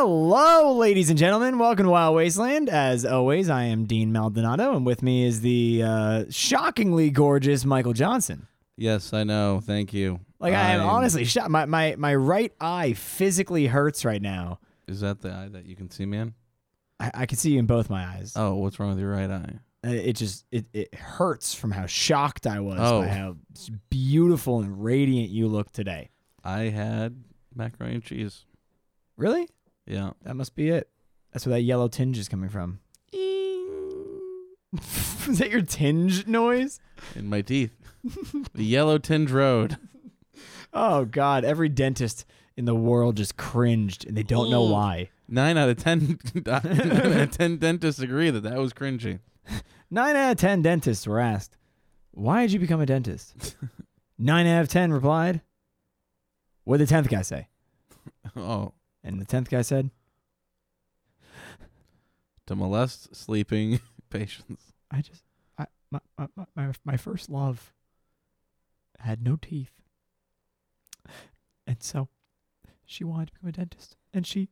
Hello, ladies and gentlemen. Welcome to Wild Wasteland. As always, I am Dean Maldonado, and with me is the uh, shockingly gorgeous Michael Johnson. Yes, I know. Thank you. Like I am I'm- honestly shocked. My, my my right eye physically hurts right now. Is that the eye that you can see me in? I, I can see in both my eyes. Oh, what's wrong with your right eye? Uh, It just it, it hurts from how shocked I was Oh. by how s- beautiful and radiant you look today. I had macaroni and cheese. Really? Yeah. That must be it. That's where that yellow tinge is coming from. is that your tinge noise? In my teeth. the yellow tinge road. Oh God! Every dentist in the world just cringed, and they don't know Ugh. why. Nine out of ten. nine out of ten dentists agree that that was cringy. Nine out of ten dentists were asked, "Why did you become a dentist?" Nine out of ten replied, "What did the tenth guy say?" Oh, And the tenth guy said, to molest sleeping patients. "I just, I, my, my, my- my, my first love had no teeth, and so she wanted to become a dentist, and she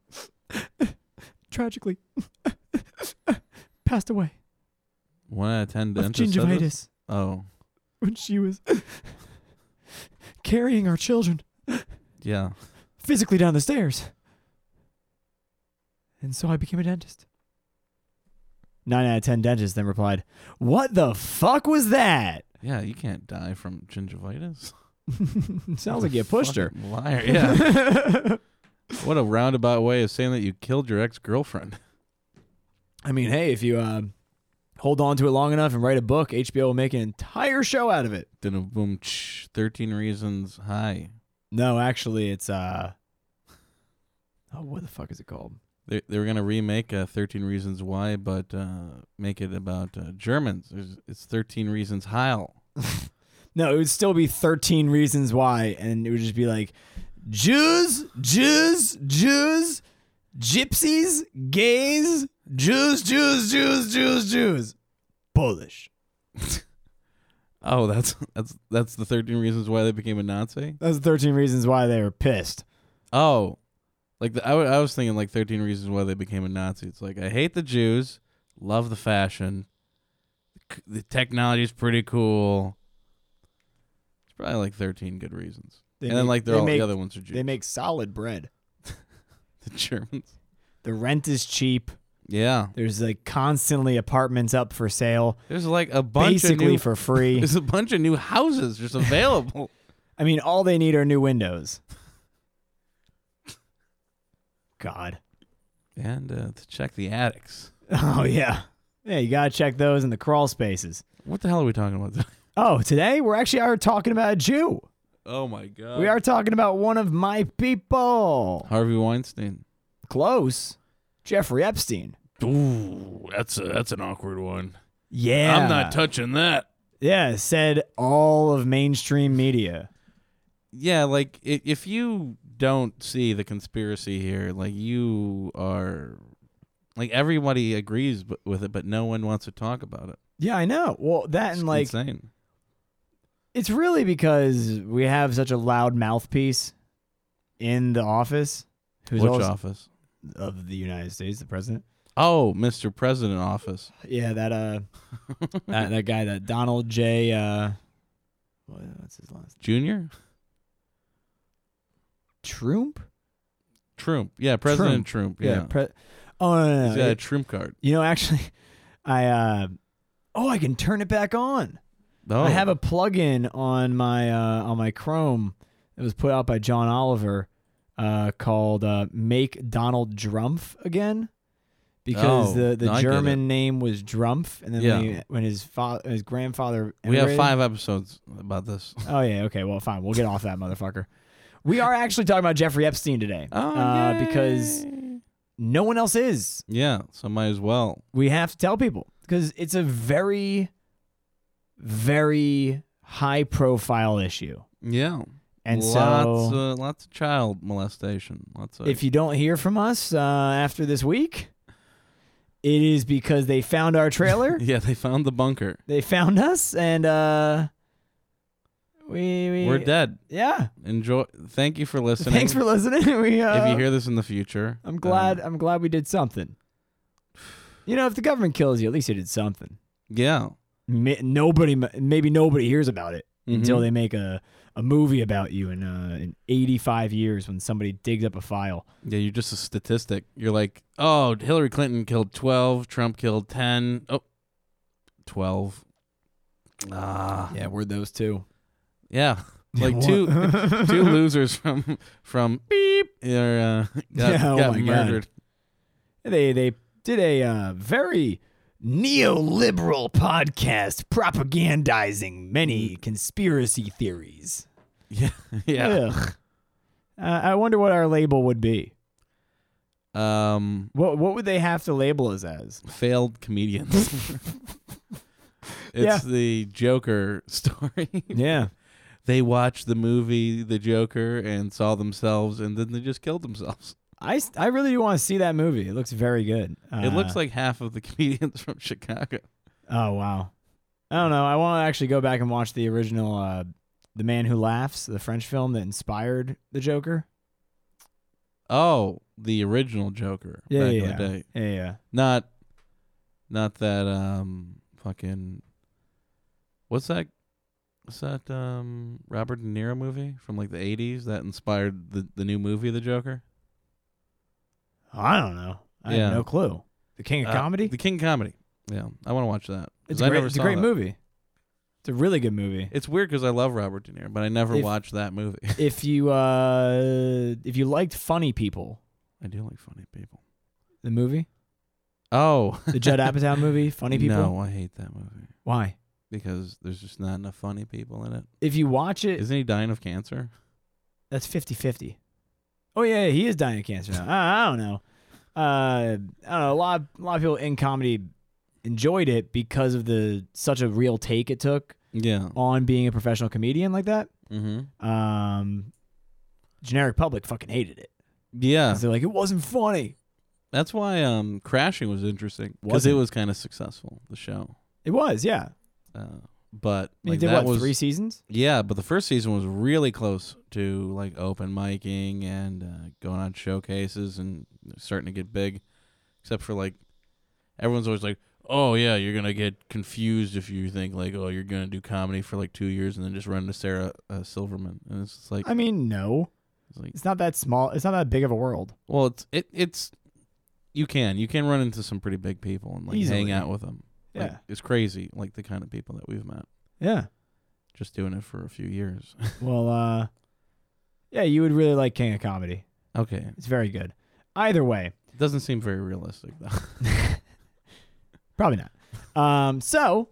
tragically passed away One out of ten of dentists. said this? gingivitis." Oh, when she was carrying our children yeah. physically down the stairs. And so I became a dentist. Nine out of ten dentists then replied, What the fuck was that? Yeah, you can't die from gingivitis. Sounds like you pushed her. Fucking Liar. Yeah. what a roundabout way of saying that you killed your ex girlfriend. I mean, hey, if you uh, hold on to it long enough and write a book, HBO will make an entire show out of it. Then a boom, tsh, 13 reasons high. No, actually, it's. uh Oh, what the fuck is it called? They, they were going to remake uh, 13 Reasons Why, but uh, make it about uh, Germans. There's, it's 13 Reasons Heil. No, it would still be 13 reasons why, and it would just be like Jews, Jews, Jews, Gypsies, gays, Jews, Jews, Jews, Jews, Jews, Polish. Oh, that's that's that's the 13 Reasons Why they became a Nazi? That's 13 reasons why they were pissed. Oh, like the, I wa- I was thinking like 13 Reasons Why they became a Nazi. It's like, I hate the Jews, love the fashion, c- the technology's pretty cool. It's probably like 13 good reasons. They and then make- like they're they all make- the other ones are Jews. They make solid bread. the Germans. The rent is cheap. Yeah. There's like constantly apartments up for sale, There's like a bunch basically of new for free. There's a bunch of new houses just available. I mean, all they need are new windows. God. and uh, to check the attics. Oh yeah, yeah. You gotta check those in the crawl spaces. What the hell are we talking about? Oh, today we're actually are talking about a Jew. oh my god. We are talking about one of my people. Harvey Weinstein. Close, Jeffrey Epstein. Ooh, that's a that's an awkward one. Yeah, touching that. yeah, said all of mainstream media. Yeah, like i- if you don't see the conspiracy here, like you are like everybody agrees b- with it, but no one wants to talk about it. Yeah, I know. Well, that It's and like insane. it's really because we have such a loud mouthpiece in the office, who's Which also office? of the United States, the president. Oh, Mr. President office. Yeah, that uh, that, that guy, that Donald J. Uh, what- what's his last? Junior? Trump. Trump. Yeah, President Trump. yeah. Pre- oh no, no, no. He's got a It- Trump card. you know, actually, I uh, oh, I can turn it back on. Oh, I have a plug-in on my uh, on my Chrome that was put out by John Oliver uh, called uh, "Make Donald Drumpf Again." Because Oh, the, the no, I get German name was Drumpf, and then Yeah. when, he- when his fa- his grandfather we have immigrated- five episodes about this. Oh yeah, okay. Well, fine. We'll get off that motherfucker. We are actually talking about Jeffrey Epstein today, Oh, uh, because yay. no one else is. yeah, so might as well. We have to tell people because it's a very, very high-profile issue, Yeah, and lots, so uh, lots of child molestation. Lots of if you don't hear from us uh, after this week, it is because they found our trailer, yeah, they found the bunker. they found us, and uh, We, we We're dead. Yeah. Enjoy. Thank you for listening. Thanks for listening. We uh, if you hear this in the future, I'm glad um, I'm glad we did something. You know, if the government kills you, at least you did something. yeah. Mm-hmm. Ma- Nobody, maybe nobody hears about it until Mhm. they make a, a movie about you in uh, in 85 years when somebody digs up a file. Yeah, you're just a statistic. You're like, oh, Hillary Clinton killed 12, Trump killed 10. Oh, 12. Ah. Yeah, we're those two. Yeah. Like two two losers from from beep or uh, got, Yeah, oh got my God. murdered. They they did a uh, very neoliberal podcast propagandizing many conspiracy theories. Yeah. Mm. Yeah. Ugh. Uh, I wonder what our label would be. Um What what would they have to label us as? failed comedians. it's Yeah. the Joker story. Yeah, they watched the movie The Joker and saw themselves and then they just killed themselves. I, s- I really do want to see that movie. It looks very good. Uh, it looks like half of the comedians from Chicago. oh wow, I don't know. I want to actually go back and watch the original, uh, the Man Who Laughs, the French film that inspired the Joker. Oh, the original Joker. Yeah, back yeah, in the day. Yeah, yeah. Not not that um fucking what's that what's that um Robert De Niro movie from like the eighties that inspired the, the new movie The Joker? I don't know. I Yeah. have no clue. The King of Uh, Comedy. The King of Comedy. Yeah. I want to watch that. 'Cause it's a I great, never it's a saw great that. movie. It's a really good movie. It's weird because I love Robert De Niro, but I never If- watched that movie. if you uh, if you liked Funny People, I do like funny people. the movie, Oh, the Judd Apatow movie, Funny People. No, I hate that movie Why? because there's just not enough funny people in it. If you watch it, Isn't he dying of cancer? That's 50 50. Oh, yeah, yeah, he is dying of cancer now. I, I don't know. Uh, I don't know. A lot, a lot of people in comedy enjoyed it because of the such a real take it took Yeah. on being a professional comedian like that. Mm-hmm. Um, generic public fucking hated it. Yeah. 'Cause They're like, it wasn't funny. That's why um, Crashing was interesting Was because it it? was kind of successful, the show. It was, yeah. Uh, but I mean, like, they did that what was three seasons? yeah, but the first season was really close to like open miking and uh, going on showcases and starting to get big. Except for like everyone's always like, "Oh yeah, you're gonna get confused if you think like, oh, you're gonna do comedy for like two years and then just run to Sarah uh, Silverman." And it's just like, I mean, no, it's like, it's not that small. It's not that big of a world. well, it's it it's you can you can run into some pretty big people and like hang Easily. out with them. Yeah, Like, it's crazy, like the kind of people that we've met yeah. just doing it for a few years. Well, uh, yeah, you would really like King of Comedy. okay. It's very good. Either way, Doesn't seem very realistic, though. Probably not. Um, so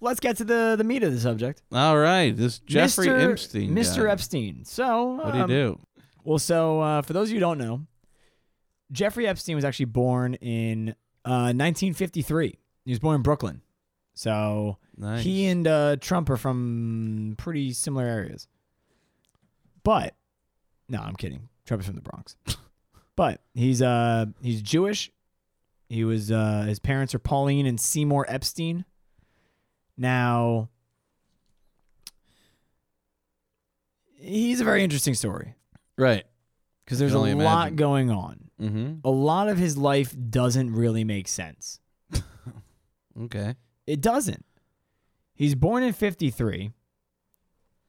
let's get to the the meat of the subject. All right. This Jeffrey Mr. Epstein. Mr. guy. Epstein. So What do you um, do? Well, so uh, for those of you who don't know, Jeffrey Epstein was actually born in uh, 1953. He was born in Brooklyn. So Nice. he and uh, Trump are from pretty similar areas. But no, I'm kidding. Trump is from the Bronx. but he's uh he's Jewish. He was uh his parents are Pauline and Seymour Epstein. Now he's a very interesting story right. because there's a can only lot imagine. going on. Mm-hmm. A lot of his life doesn't really make sense. Okay. It doesn't. He's born in 53.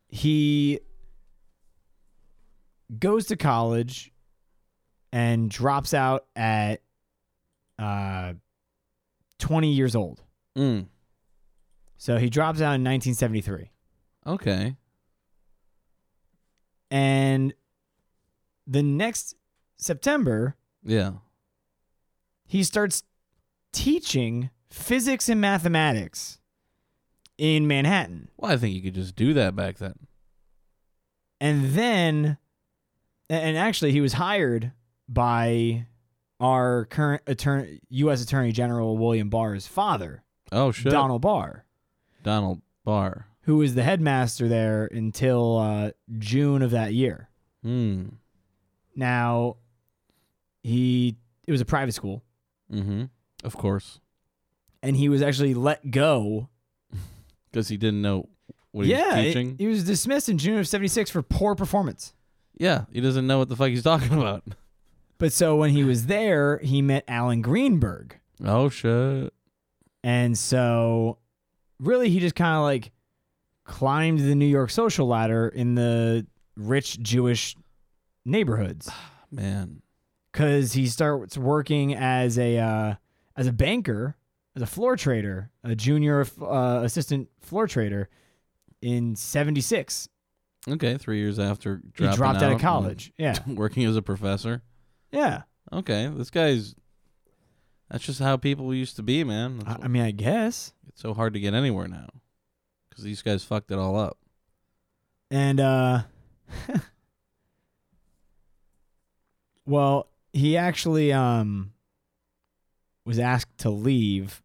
He goes to college and drops out at uh, 20 years old. Mm. So he drops out in 1973. Okay. And the next September, Yeah. he starts teaching physics and mathematics in Manhattan. Well, I think you could just do that back then. and then and actually he was hired by our current attorney US Attorney General William Barr's father, Oh, shit. Donald Barr, Donald Barr. who was the headmaster there until uh, June of that year. Hmm. Now he it was a private school Mm-hmm. Of course. and he was actually let go Because he didn't know What he yeah, was it- teaching. he was dismissed in June of '76 for poor performance. yeah, he doesn't know what the fuck he's talking about. But so when he was there, he met Alan Greenberg, Oh shit. and so really he just kind of like climbed the New York social ladder in the rich Jewish neighborhoods Man. because he starts working as a uh, as a banker, as a floor trader, a junior uh, assistant floor trader in '76. Okay, three years after He dropping dropped out of and college. Yeah, working as a professor. yeah. Okay, this guy's. That's just how people used to be, man. I, That's I mean, I guess. It's so hard to get anywhere now because these guys fucked it all up. And uh well, he actually um was asked to leave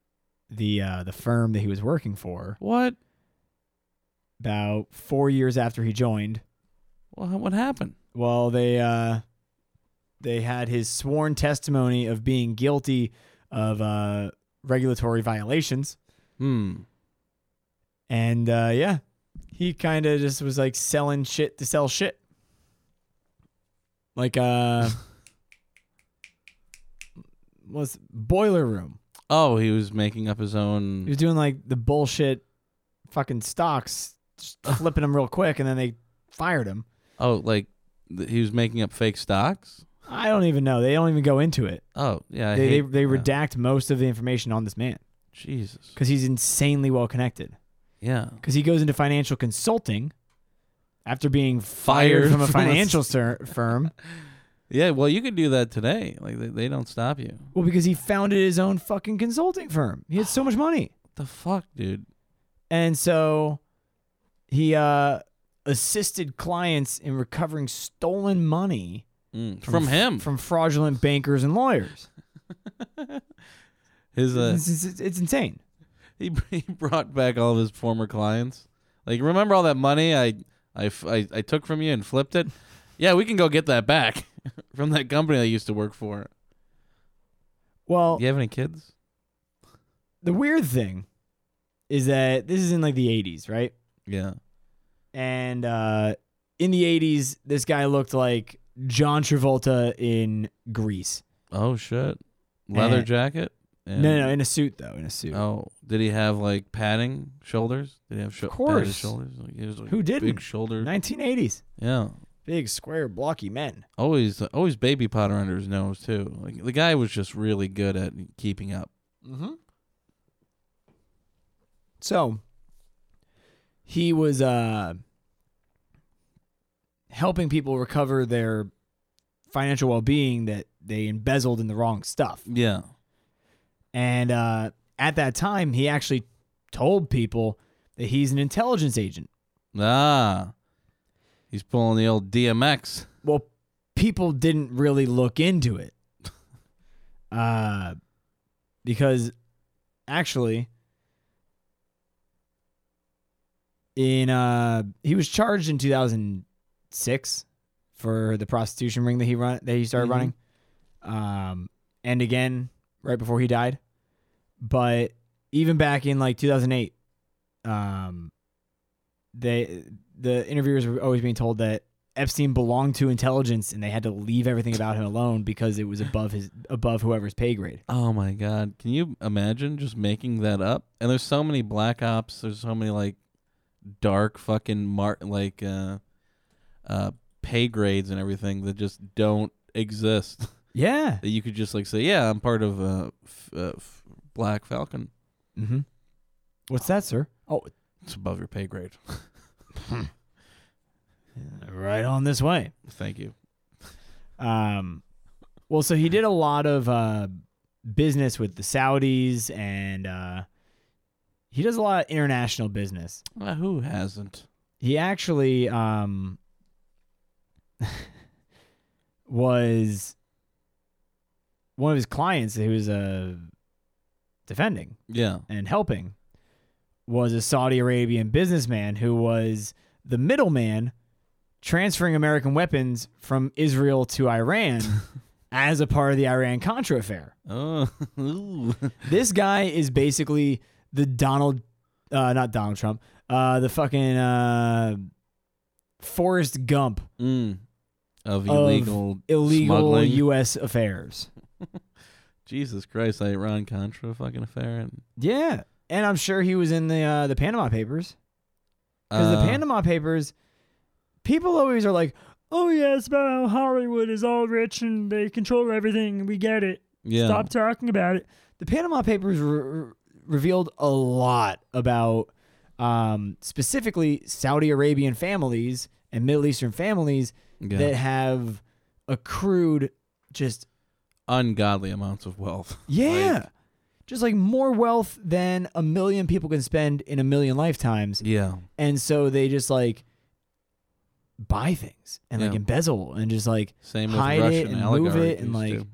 the uh the firm that he was working for What? about 4 years after he joined. Well, what happened? Well, they uh they had his sworn testimony of being guilty of uh regulatory violations Hmm. and uh yeah, he kind of just was like selling shit to sell shit. Like uh was boiler room. Oh, he was making up his He own. was doing like the bullshit fucking stocks, just flipping them real quick and then they fired him. Oh, like th- he was making up fake stocks. I don't even know. They don't even go into it. Oh, yeah. I They they, hate- they yeah. redact most of the information on this man Jesus. cuz he's insanely well connected. Yeah. Cuz he goes into financial consulting after being fired from a financial ser- firm. Yeah. Well, you could do that today. Like they, they don't stop you. Well, because he founded his own fucking consulting firm. He had so much money. What the fuck, dude? And so he uh assisted clients in recovering stolen money Mm. From him. from fraudulent bankers and lawyers. His uh, It's, it's, it's insane. he br- he brought back all of his former clients. Like remember all that money I I f- I- I took from you and flipped it? Yeah, we can go get that back from that company I used to work for. Well, You have any kids? the weird thing is that this is in like the 80s, right? Yeah. And uh in the 80s, this guy looked like John Travolta in Grease. Oh shit. Leather Eh. jacket? And, No, no, in a suit though, in a suit. Oh, did he have like padding shoulders? Did he have sho- Of course. padded shoulders? Like, he was, like, Who Big didn't? shoulders. 1980s. Yeah. Big, square, blocky men. Always always baby powder under his nose too. Like the guy was just really good at keeping up. Mm-hmm. So he was uh, helping people recover their financial well-being that they embezzled in the wrong stuff. Yeah. And uh, at that time, he actually told people that he's an intelligence agent. Ah. He's pulling the old DMX. Well, people didn't really look into it. Uh, because actually, in uh, he was charged in 2006 for the prostitution ring that he run that he started Mhm. running, um, and again right before he died. But even back in like 2008, um, they the interviewers were always being told that Epstein belonged to intelligence and they had to leave everything about him alone because it was above his above whoever's pay grade. Oh my god. Can you imagine just making that up? And there's so many black ops, there's so many like dark fucking mar- like uh uh pay grades and everything that just don't exist. Yeah. that you could just like say, "Yeah, I'm part of uh, f- uh f- Black Falcon." Mm-hmm. What's that, sir? Oh, It's above your pay grade. right on this way. Thank you. Um, well, so he did a lot of uh, business with the Saudis, and uh, he does a lot of international business. Uh, who hasn't? He actually um, was one of his clients that he was uh, defending Yeah. and helping was a Saudi Arabian businessman who was the middleman transferring American weapons from Israel to Iran as a part of the Iran Contra affair. Oh. ooh. This guy is basically the Donald uh, not Donald Trump, uh, the fucking uh, Forrest Gump Mm. Of Of illegal illegal smuggling. U.S. affairs. Jesus Christ, that Iran Contra fucking affair. And, Yeah, and I'm sure he was in the uh, the Panama Papers because the uh, Panama Papers, people always are like, "Oh yeah, it's about how Hollywood is all rich and they control everything. We get it. yeah. Stop talking about it." The Panama Papers re- revealed a lot about um, specifically Saudi Arabian families and Middle Eastern families Yeah. that have accrued just Ungodly amounts of wealth. yeah just like more wealth than a million people can spend in a million lifetimes Yeah. and so they just like buy things and like Yeah. embezzle and just like Same with Hide it Russian and oligarchies move it and, like, too.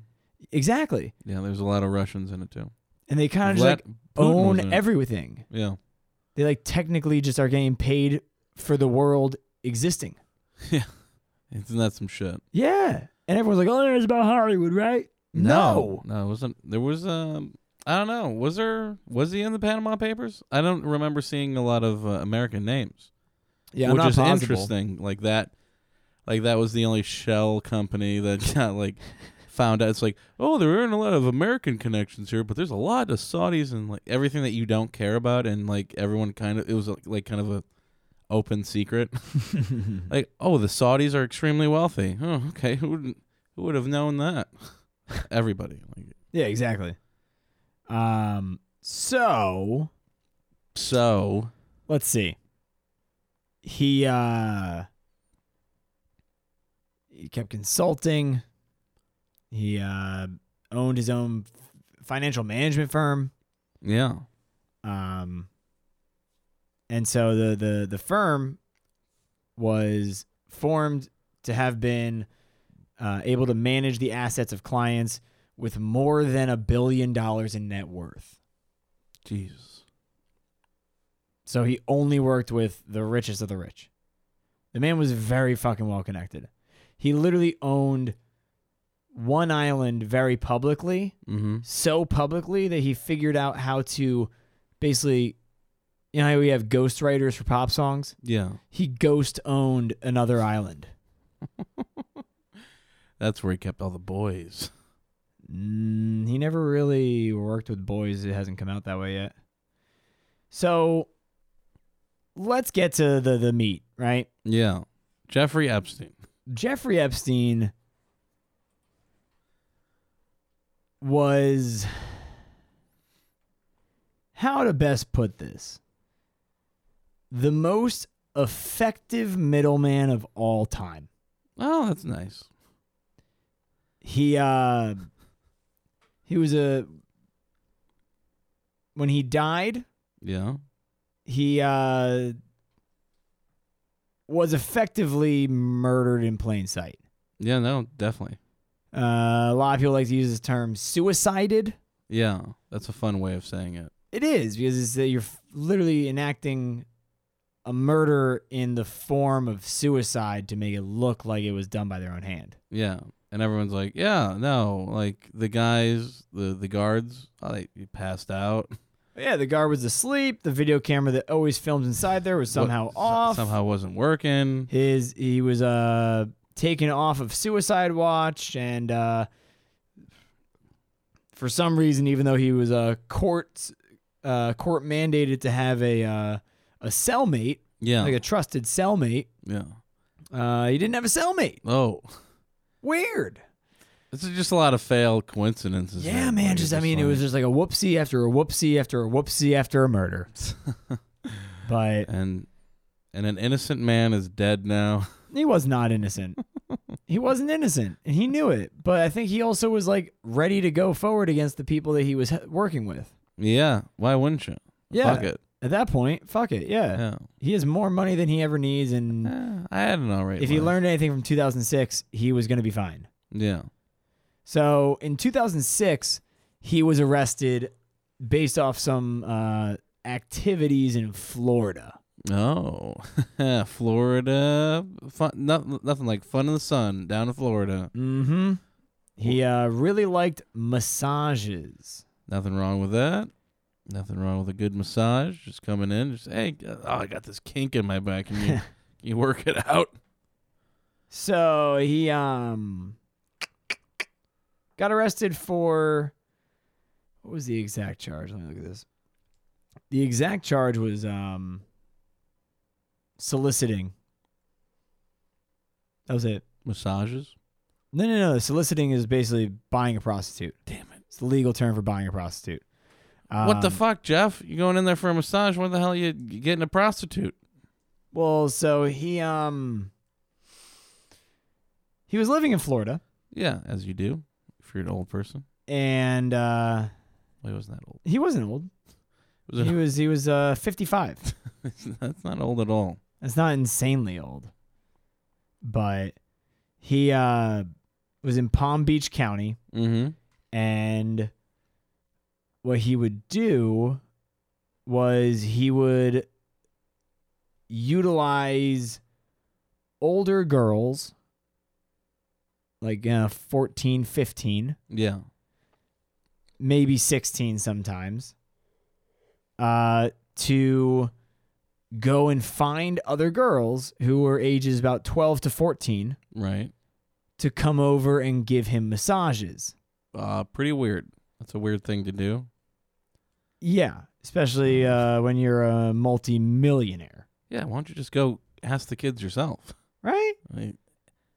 exactly Yeah, there's a lot of Russians in it too. and they kind of just Vla- like Putin was own in it. everything Yeah. they like technically just are getting paid for the world existing Isn't that some shit? yeah and everyone's like oh it's about hollywood right No, it wasn't there was um I don't know. Was there was he in the Panama Papers? I don't remember seeing a lot of uh, American names. yeah I'm which not is possible. interesting. Like that like that was the only shell company that got like found out it's like, "Oh, there aren't a lot of American connections here, but there's a lot of Saudis and like everything that you don't care about and like everyone kind of it was like, like kind of a open secret." like, "Oh, the Saudis are extremely wealthy." Oh, okay. Who would who would have known that? Everybody. Like yeah exactly um so So let's see. He uh he kept consulting. He uh owned his own f- financial management firm. yeah, Um and so the the the firm was formed to have been uh, able to manage the assets of clients with more than a billion dollars in net worth. Jesus. So he only worked with the richest of the rich. The man was very fucking well connected. He literally owned one island very publicly, Mm-hmm. so publicly that he figured out how to basically, you know, how we have ghostwriters for pop songs. Yeah, He ghost owned another island. that's where he kept all the boys. Mm, he never really worked with boys. It hasn't come out that way yet. So let's get to the, the meat, right? Yeah, Jeffrey Epstein. Jeffrey Epstein was how to best put this the most effective middleman of all time Oh, that's nice. he uh he was a when he died Yeah. he uh was effectively murdered in plain sight Yeah. No. Definitely. Uh, a lot of people like to use this term suicided. Yeah. That's a fun way of saying it. It is because it's that you're f- literally enacting a murder in the form of suicide to make it look like it was done by their own hand. Yeah. And everyone's like, yeah, no, like the guys, the the guards, oh, they they passed out. Yeah, the guard was asleep. The video camera that always films inside there was somehow What- so- off. somehow wasn't working. his he was uh taken off of suicide watch and uh for some reason even though he was uh, court uh court mandated to have a uh a cellmate Yeah. like a trusted cellmate yeah. uh he didn't have a cellmate Oh, weird this is just a lot of failed coincidences. yeah there. man Like, just it's i mean it like- was just like a whoopsie after a whoopsie after a whoopsie after a murder but and and an innocent man is dead now. he was not innocent. he wasn't innocent, and he knew it. But I think he also was like ready to go forward against the people that he was h- working with. Yeah, why wouldn't you? Yeah. Fuck it. At that point, fuck it, yeah. Yeah. He has more money than he ever needs, and Eh, I had an alright. if he life. learned anything from 2006, he was going to be fine. Yeah. So in 2006, he was arrested based off some uh, activities in Florida. Oh, Florida. Fun, not, nothing like fun in the sun down in Florida. Mm-hmm. He uh, really liked massages. Nothing wrong with that. Nothing wrong with a good massage. Just coming in, just hey, oh, I got this kink in my back. Can you can you work it out? So he um got arrested for what was the exact charge? Let me look at this. The exact charge was um soliciting. That was it. Massages. No, no, no. Soliciting is basically buying a prostitute. Damn it! It's the legal term for buying a prostitute. what the Um, fuck, Jeff? You going in there for a massage? Where the hell you you getting a prostitute? Well, so he um he was living in Florida Yeah, as you do. If you're an old person. and uh Wait, wasn't that old? he wasn't old. Was it He was he was uh 55. That's not old at all. That's not insanely old. But he uh was in Palm Beach County Mm-hmm. and what he would do was he would utilize older girls like uh, 14 15 Yeah. maybe 16 sometimes uh to go and find other girls who were ages about 12 to 14 Right. to come over and give him massages Uh, pretty weird. That's a weird thing to do. yeah especially uh when you're a multi-millionaire Yeah. Why don't you just go ask the kids yourself? right Like,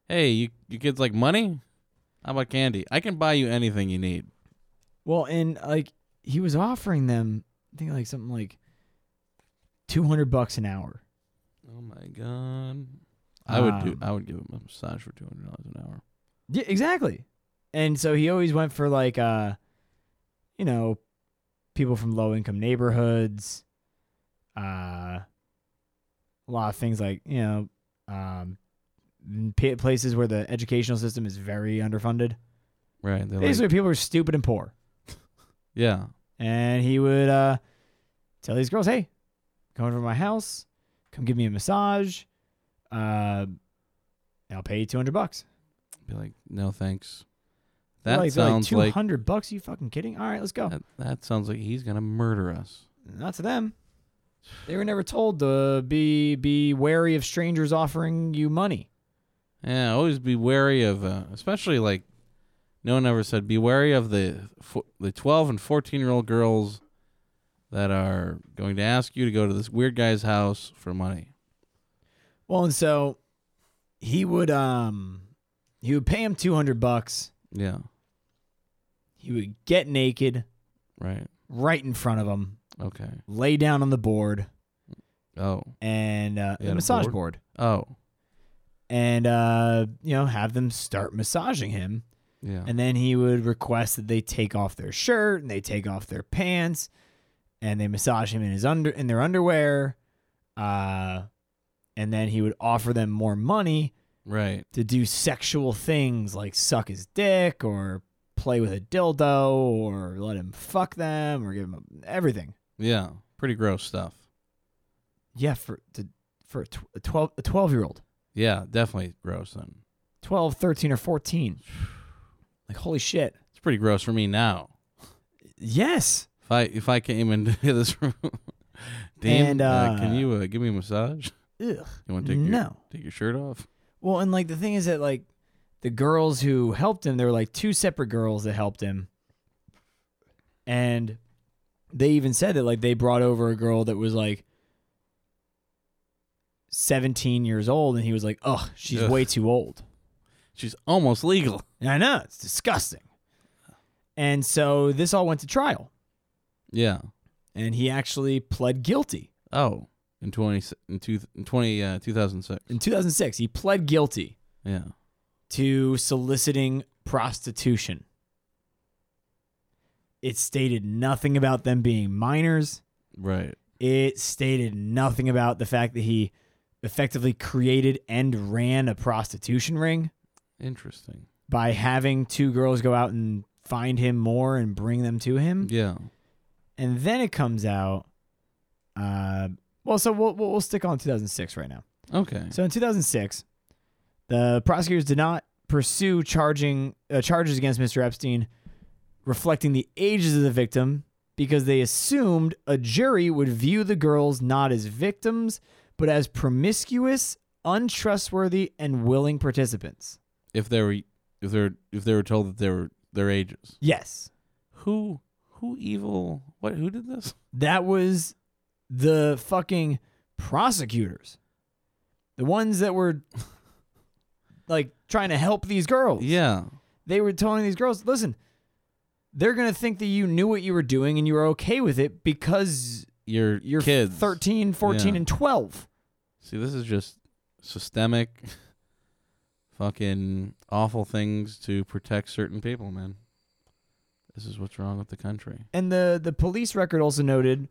hey, you you kids like money? How about candy? I can buy you anything you need. well and like he was offering them i think like something like 200 bucks an hour Oh my god. I would do. Um, I would give him a massage for two hundred dollars an hour. Yeah, exactly. And so he always went for like uh you know, people from low income neighborhoods, uh a lot of things like, you know, um pa- places where the educational system is very underfunded. Right. They're like, Basically people are stupid and poor. yeah. And he would uh tell these girls, "Hey, come over to my house, come give me a massage. Uh I'll pay you 200 bucks." Be like, no thanks. That like, they're sounds like like, two hundred bucks. you fucking kidding? All right, let's go. that, that sounds like he's gonna murder us. Not to them. They were never told to be be wary of strangers offering you money. Yeah, always be wary of, uh, especially like, no one ever said be wary of the fo- the twelve and fourteen year old girls that are going to ask you to go to this weird guy's house for money. Well, and so he would um he would pay him two hundred bucks. Yeah, He would get naked right. right in front of him, Okay. lay down on the board Oh, and uh, He the had a massage board? board, oh, and uh, you know have them start massaging him. yeah. And then he would request that they take off their shirt and they take off their pants and they massage him in his under in their underwear. Uh, and then he would offer them more money right. to do sexual things like suck his dick or play with a dildo or let him fuck them or give him a, everything. Yeah, pretty gross stuff. Yeah, for to, for a, tw- a 12 a 12 year old, Yeah, definitely gross. Then 12, 13 or 14. Like holy shit. it's pretty gross for me now. Yes. If I if I came into this room, Dean, And, uh, uh, can you uh, give me a massage? Ugh. You want to take your No. take your shirt off? Well, and like the thing is that like the girls who helped him, there were like two separate girls that helped him, and they even said that like they brought over a girl that was like seventeen years old, and he was like, "Ugh, she's Ugh. way too old." She's almost legal. And I know it's disgusting. And so this all went to trial, Yeah. and he actually pled guilty Oh, in twenty s- in two in twenty uh, two thousand six. in 2006. He pled guilty Yeah. to soliciting prostitution. It stated nothing about them being minors. Right. It stated nothing about the fact that he effectively created and ran a prostitution ring Interesting. by having two girls go out and find him more and bring them to him. Yeah. And then it comes out. Uh, well, so we'll, we'll we'll stick on 2006 right now. Okay. So in 2006, the prosecutors did not pursue charging uh, charges against Mr. Epstein, reflecting the ages of the victim because they assumed a jury would view the girls not as victims, but as promiscuous, untrustworthy, and willing participants. If they were if they were if they were told that they were their ages. Yes, Who who evil what who did this? that was the fucking prosecutors, the ones that were like trying to help these girls. Yeah. they were telling these girls, listen, they're gonna think that you knew what you were doing and you were okay with it because Your you're your kids. 13, 14, Yeah. and 12. See, this is just systemic fucking awful things to protect certain people, man. This is what's wrong with the country. And the, the police record also noted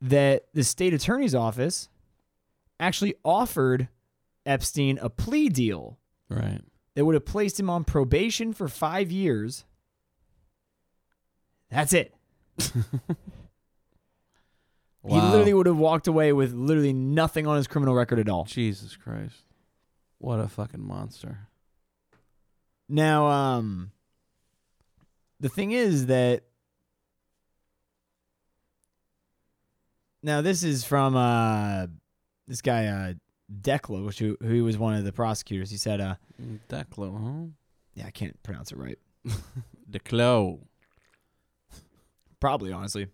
that the state attorney's office actually offered Epstein a plea deal Right. that would have placed him on probation for five years. That's it. He literally would have walked away with literally nothing on his criminal record at all. Jesus Christ. What a fucking monster. Now, um, the thing is that now this is from uh this guy uh Dekla, which who, who was one of the prosecutors. He said, uh, Declo, yeah, I can't pronounce it right. huh? Declo. Probably, honestly.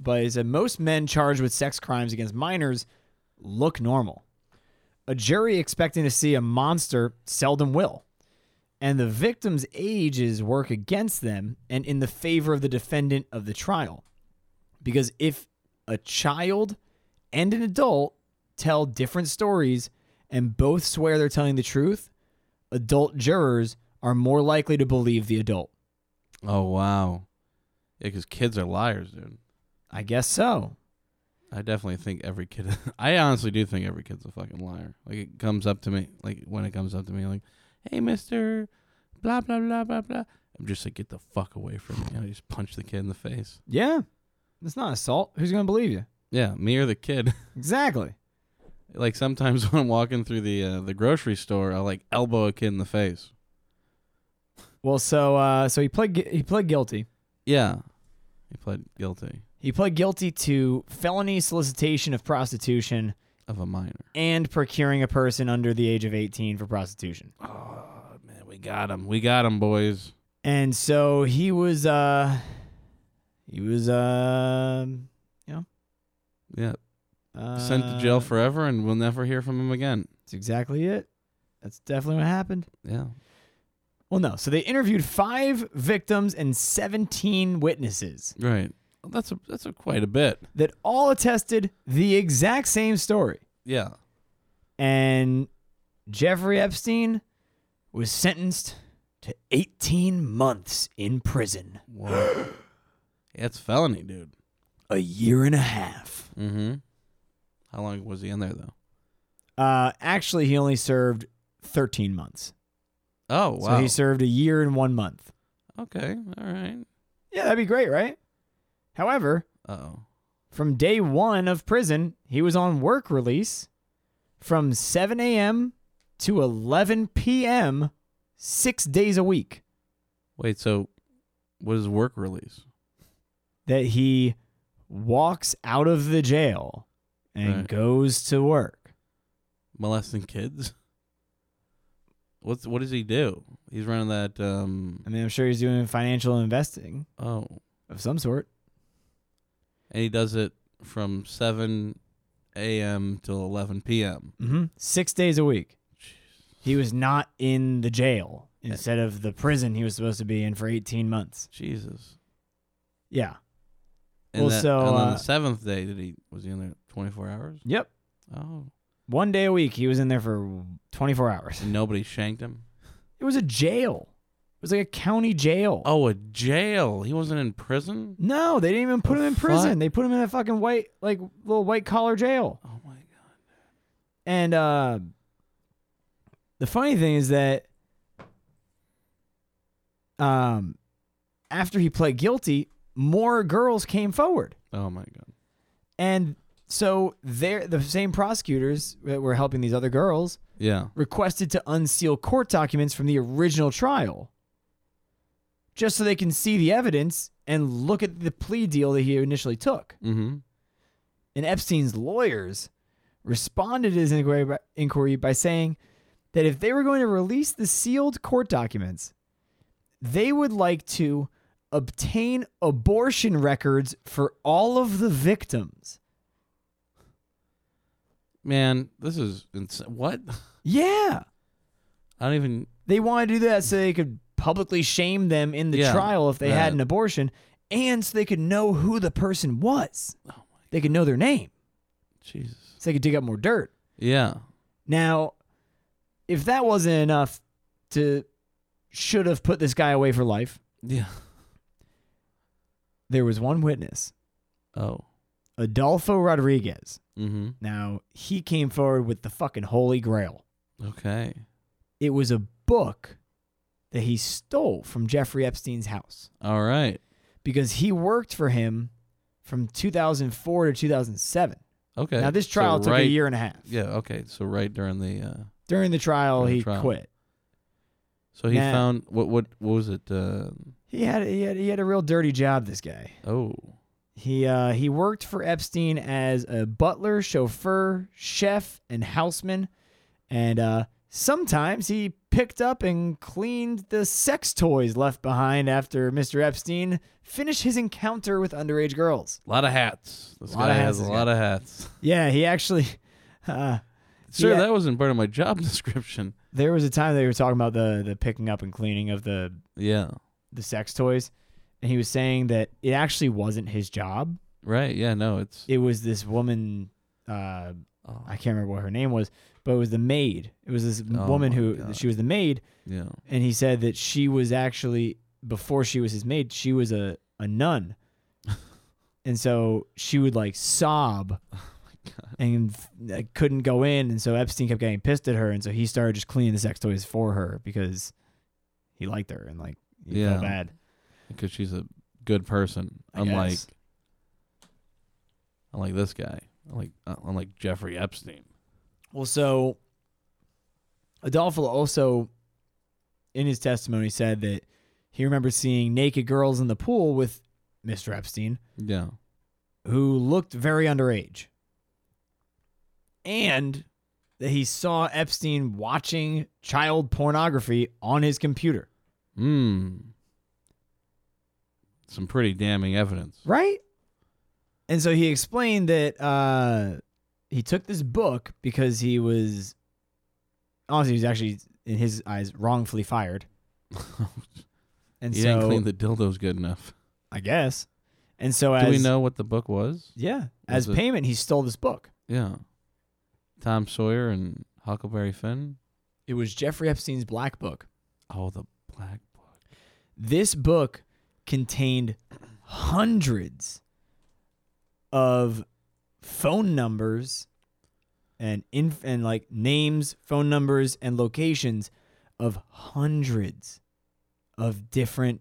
But he said most men charged with sex crimes against minors look normal. A jury expecting to see a monster seldom will. And the victim's ages work against them and in the favor of the defendant of the trial. Because if a child and an adult tell different stories and both swear they're telling the truth, adult jurors are more likely to believe the adult. Oh, wow. Yeah, because kids are liars, dude. I guess so. I definitely think every kid. I honestly do think every kid's a fucking liar. Like it comes up to me, like when it comes up to me, like, "Hey, Mister, blah blah blah blah blah." I'm just like, "Get the fuck away from me!" And I just punch the kid in the face. Yeah. It's not assault. Who's going to believe you? Yeah, me or the kid. Exactly. like sometimes when I'm walking through the uh, the grocery store, I like elbow a kid in the face. Well, so uh, so he pled gu- he pled guilty. Yeah, he pled guilty He pled guilty to felony solicitation of prostitution of a minor. and procuring a person under the age of 18 for prostitution. Oh man, we got him. We got him, boys. And so he was uh he was uh, you know, Yeah, uh sent to jail forever, and we'll never hear from him again. That's exactly it. That's definitely what happened. Yeah. Well, no. So they interviewed 5 victims and 17 witnesses Right. Well, that's a that's a quite a bit. that all attested the exact same story. Yeah. and Jeffrey Epstein was sentenced to 18 months in prison, Whoa. yeah, it's felony, dude. a year and a half. Mm-hmm. How long was he in there though? Uh, actually, he only served 13 months. Oh wow. So he served a year and one month. okay. All right. Yeah, that'd be great, right? However, Oh. from day one of prison, he was on work release from 7 a.m. to 11 p.m., six days a week. Wait. So, what is work release? that he walks out of the jail and Right. goes to work. Molesting kids. What's what does he do? He's running that. Um. I mean, I'm sure he's doing financial investing Oh. of some sort. And he does it from seven a.m. till eleven p.m. Mm-hmm. Six days a week. He was not in the jail instead of the prison he was supposed to be in for 18 months. Jesus. Yeah. And Well, that- so, and on uh, the seventh day, did he was he in there twenty four hours? Yep. Oh. One day a week, he was in there for 24 hours. And nobody shanked him. It was a jail. It was like a county jail. Oh, a jail. He wasn't in prison? No, they didn't even put The him in fuck? prison. They put him in a fucking white, like little white collar jail. Oh my god. And uh, the funny thing is that um, after he pled guilty, more girls came forward. Oh my god. And so they're, the same prosecutors that were helping these other girls Yeah. requested to unseal court documents from the original trial just so they can see the evidence and look at the plea deal that he initially took. Mm-hmm. And Epstein's lawyers responded to his inquiry by, inquiry by saying that if they were going to release the sealed court documents, they would like to obtain abortion records for all of the victims. Man, this is ins- what? Yeah. I don't even. They want to do that so they could publicly shame them in the Yeah, trial if they right. had an abortion and so they could know who the person was. They could know their name oh Jesus. so they could dig up more dirt. Yeah. Now, if that wasn't enough to should have put this guy away for life, Yeah. there was one witness, Oh. Adolfo Rodriguez. Mm-hmm. Now, he came forward with the fucking holy grail. Okay. It was a book that he stole from Jeffrey Epstein's house All right. because he worked for him from 2004 to 2007. Okay. Now, this So trial took a right- year and a half. Yeah. Okay. So right during the. Uh, During the trial, During the he trial. quit. so he Nah. found what? What? What was it? Uh, He had, he had he had a real dirty job. This guy. oh. He uh, he worked for Epstein as a butler, chauffeur, chef, and houseman, and uh, sometimes he picked up and cleaned the sex toys left behind after Mr. Epstein finished his encounter with underage girls. A lot of hats. This Lot guy of hats, has a this lot of hats. Yeah, he actually. Uh, Sir, Yeah. that wasn't part of my job description. there was a time they were talking about the the picking up and cleaning of the Yeah. the sex toys, and he was saying that it actually wasn't his job. Right. Yeah. No. It's. It was this woman. Uh, oh, I can't remember what her name was, but it was the maid. It was this Oh woman my who God. she was the maid, yeah. and he said that she was actually before she was his maid, she was a a nun, and so she would like sob Oh and like, couldn't go in, and so Epstein kept getting pissed at her, and so he started just cleaning the sex toys for her because he liked her and like he Yeah. felt bad. Because she's a good person. I unlike. guess. Unlike this guy. Unlike uh, unlike Jeffrey Epstein. Well, so Adolfo also, in his testimony, said that he remembers seeing naked girls in the pool with Mr. Epstein, Yeah. who looked very underage, and that he saw Epstein watching child pornography on his computer. Hmm. Some pretty damning evidence. Right? And so he explained that uh, he took this book because he was, honestly, he was actually, in his eyes, wrongfully fired. And he so didn't clean the dildos good enough. I guess. And so as Do we know what the book was? yeah, as Was it- payment he stole this book. Yeah. Tom Sawyer and Huckleberry Finn. It was Jeffrey Epstein's black book. Oh, the black book. This book contained hundreds of phone numbers and inf- and like names, phone numbers and locations of hundreds of different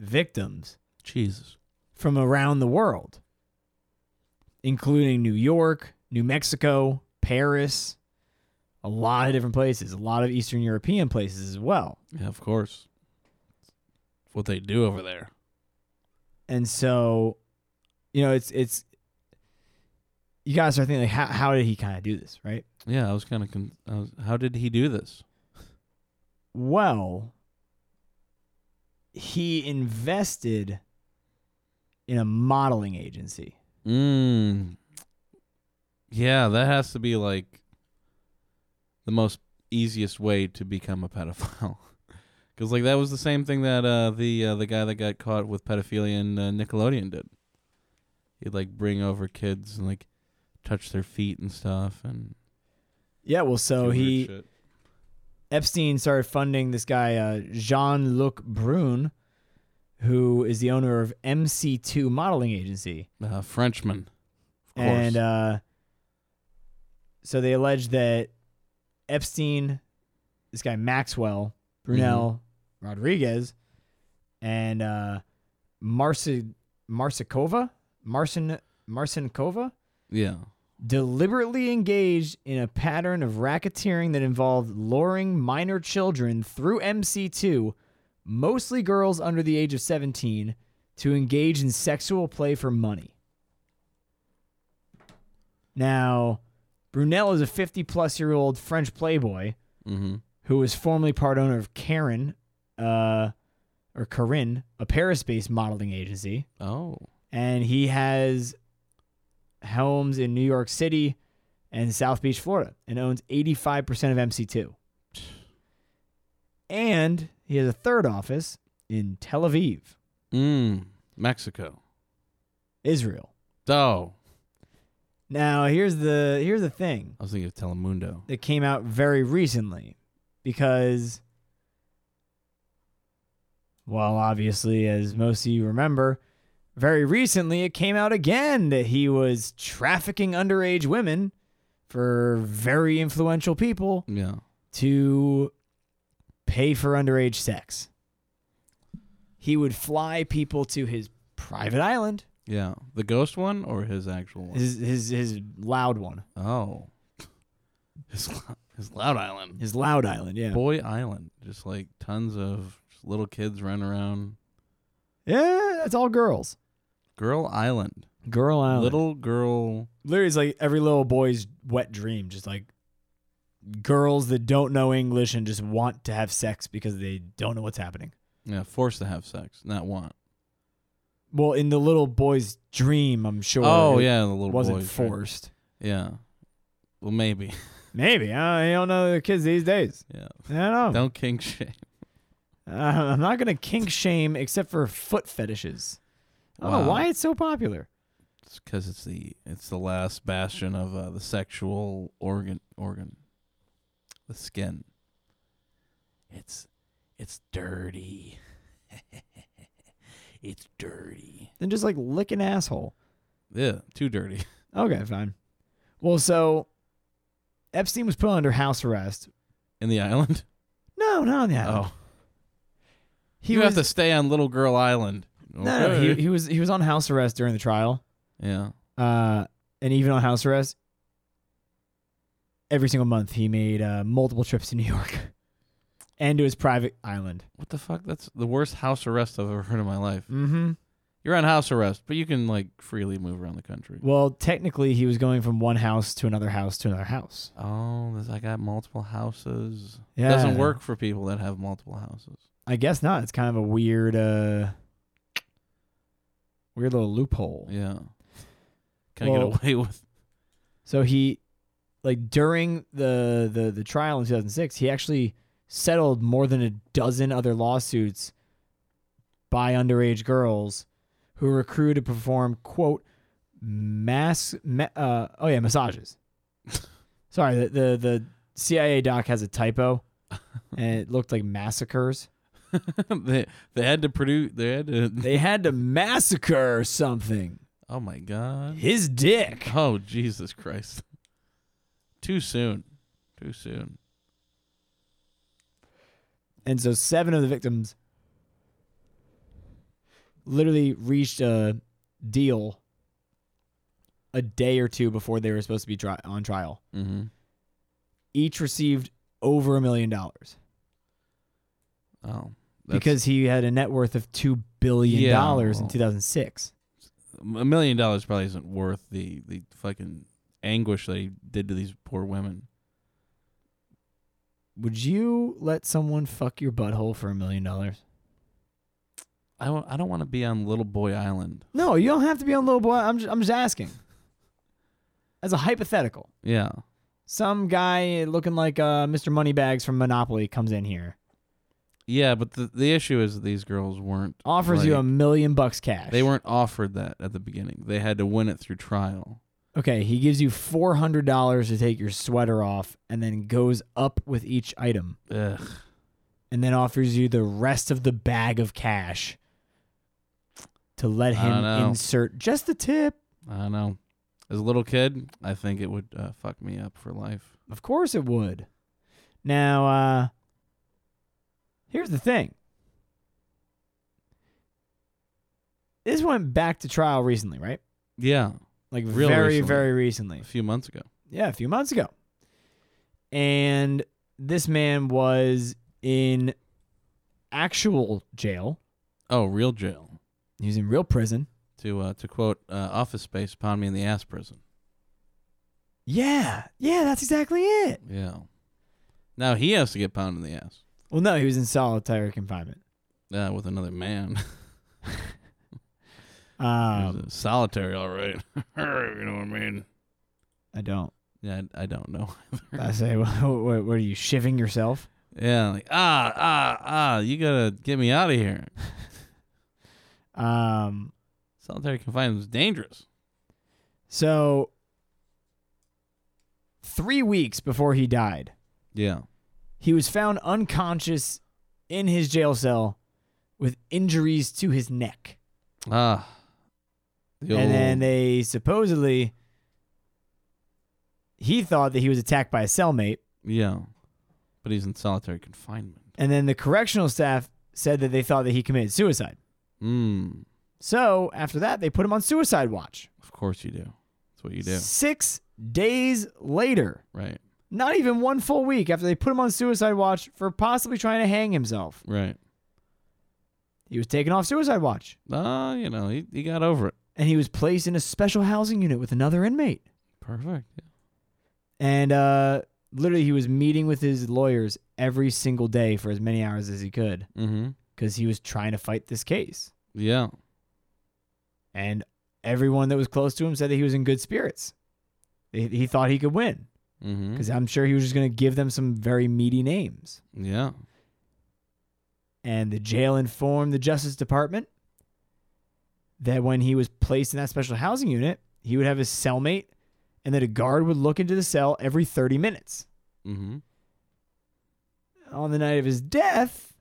victims Jesus. from around the world, including New York, New Mexico, Paris, a lot of different places, a lot of Eastern European places as well. Yeah, of course. It's what they do over there. And so, you know, it's it's you guys are thinking like how how did he kind of do this, right? Yeah, I was kind of. Con- I was, how did he do this? Well, he invested in a modeling agency. Mm. Yeah, that has to be like the most easiest way to become a pedophile. Cuz like that was the same thing that uh the uh, the guy that got caught with pedophilia in uh, Nickelodeon did. He'd like bring over kids and like touch their feet and stuff and Yeah, well, do so weird he shit. Epstein started funding this guy, uh, Jean Luc Brun, who is the owner of MC2 Modeling Agency. uh, Frenchman. Of course. And uh, so they allege that Epstein, this guy Maxwell, Brunel, Mm-hmm. Rodriguez, and uh, Marci- Marcikova, Marcin- Marcinkova, yeah. deliberately engaged in a pattern of racketeering that involved luring minor children through MC2 mostly girls under the age of 17, to engage in sexual play for money. Now, Brunel is a 50 plus year old French playboy Mm-hmm. who was formerly part owner of Karen, uh, or Corinne, a Paris-based modeling agency, Oh. and he has homes in New York City and South Beach, Florida, and owns 85% of MC2. And he has a third office in Tel Aviv, Mm. Mexico. Israel. Oh. Now, here's the here's the thing I was thinking of Telemundo. that came out very recently because well, obviously, as most of you remember, very recently it came out again that he was trafficking underage women for very influential people Yeah. to pay for underage sex. He would fly people to his private island, Yeah. The ghost one or his actual one? his his his loud one, oh. His, lo- his Loud Island. his loud island, yeah. Boy Island. Just like tons of just little kids running around. Yeah, it's all girls. Girl Island. Girl island. Little girl. literally it's like every little boy's wet dream just like girls that don't know english and just want to have sex because they don't know what's happening Yeah. Forced to have sex. Not want. well in the little boy's dream i'm sure Oh, it yeah. The little wasn't boys, right? forced Yeah. Well, maybe. maybe i don't, I don't know the kids these days Yeah. i don't know Don't kink shame. I- i'm not gonna kink shame except for foot fetishes i don't know Wow. why it's so popular It's because it's the it's the last bastion of uh, the sexual organ organ, the skin. It's it's dirty. it's dirty. then just like lick an asshole Yeah, too dirty. okay fine well so epstein was put under house arrest In the island. no no no Oh, he you was have to stay on Little Girl Island. No, no, he, Okay. he was he was on house arrest during the trial, yeah. uh, and even on house arrest, every single month he made uh, multiple trips to New York, and to his private island. What the fuck? That's the worst house arrest I've ever heard in my life. Mm-hmm. You're on house arrest, but you can like freely move around the country. Well, technically, he was going from one house to another house to another house. Oh, this, I got multiple houses. Yeah, Doesn't work for people that have multiple houses. I guess not. It's kind of a weird, uh, weird little loophole. Yeah. Can I Well- get away with? So he, like during the the the trial in 2006, he actually settled more than a dozen other lawsuits by underage girls who were recruited to perform quote mass ma- uh, oh yeah massages. Sorry, the, the the CIA doc has a typo, and it looked like massacres. they they had to produce. They had to. They had to massacre something. Oh my god. His dick. Oh Jesus Christ. Too soon. Too soon. And so seven of the victims literally reached a deal a day or two before they were supposed to be tri- on trial. Mm-hmm. Each received over a million dollars Oh. That's- because he had a net worth of two billion Yeah, dollars in well. 2006. a million dollars probably isn't worth the the fucking anguish that he did to these poor women. Would you let someone fuck your butthole for a million dollars? I don't, I don't want to be on Little Boy Island. No, you don't have to be on Little Boy. I'm just, I'm just asking. As a hypothetical, Yeah. some guy looking like uh, Mr. Moneybags from Monopoly comes in here. Yeah, but the the issue is that these girls weren't offers you right. a million bucks cash. They weren't offered that at the beginning. They had to win it through trial. okay. He gives you four hundred dollars to take your sweater off, and then goes up with each item, Ugh. and then offers you the rest of the bag of cash to let I him dunno. insert just the tip. I don't know. As a little kid, I think it would uh, fuck me up for life. Of course, it would. Now, uh, here's the thing. This went back to trial recently, right? Yeah, Like Real very, recently. very recently. a few months ago. yeah, a few months ago. And this man was in actual jail. Oh, real jail. He was in real prison. To uh, to quote uh, Office Space, "Pound me in the ass, prison." Yeah, yeah, that's exactly it. Yeah. Now he has to get pounded in the ass Well, no, he was in solitary confinement. uh, with another man. Um, Solitary, all right. you know what I mean? I don't. Yeah, I, I don't know. I say, what, what, what are you shiving yourself? Yeah, like ah ah ah, you gotta get me out of here. Um, Solitary confinement is dangerous. so three weeks before he died, Yeah. he was found unconscious in his jail cell with injuries to his neck. Ah. The And then old- they supposedly he thought that he was attacked by a cellmate, yeah, but he's in solitary confinement. and then the correctional staff said that they thought that he committed suicide. Hmm. So after that, they put him on suicide watch. Of course you do. That's what you do, Six days later, right? not even one full week after they put him on suicide watch for possibly trying to hang himself, Right. he was taken off suicide watch Ah, you know, he he got over it. and he was placed in a special housing unit with another inmate. Perfect. Yeah. And uh, literally, he was meeting with his lawyers every single day for as many hours as he could Mm-hmm. because he was trying to fight this case. Yeah. And everyone that was close to him said that he was in good spirits. He, he thought he could win Mm-hmm. because I'm sure he was just going to give them some very meaty names. Yeah. And the jail informed the Justice Department that when he was placed in that special housing unit, he would have his cellmate and that a guard would look into the cell every 30 minutes. Mm-hmm. on the night of his death,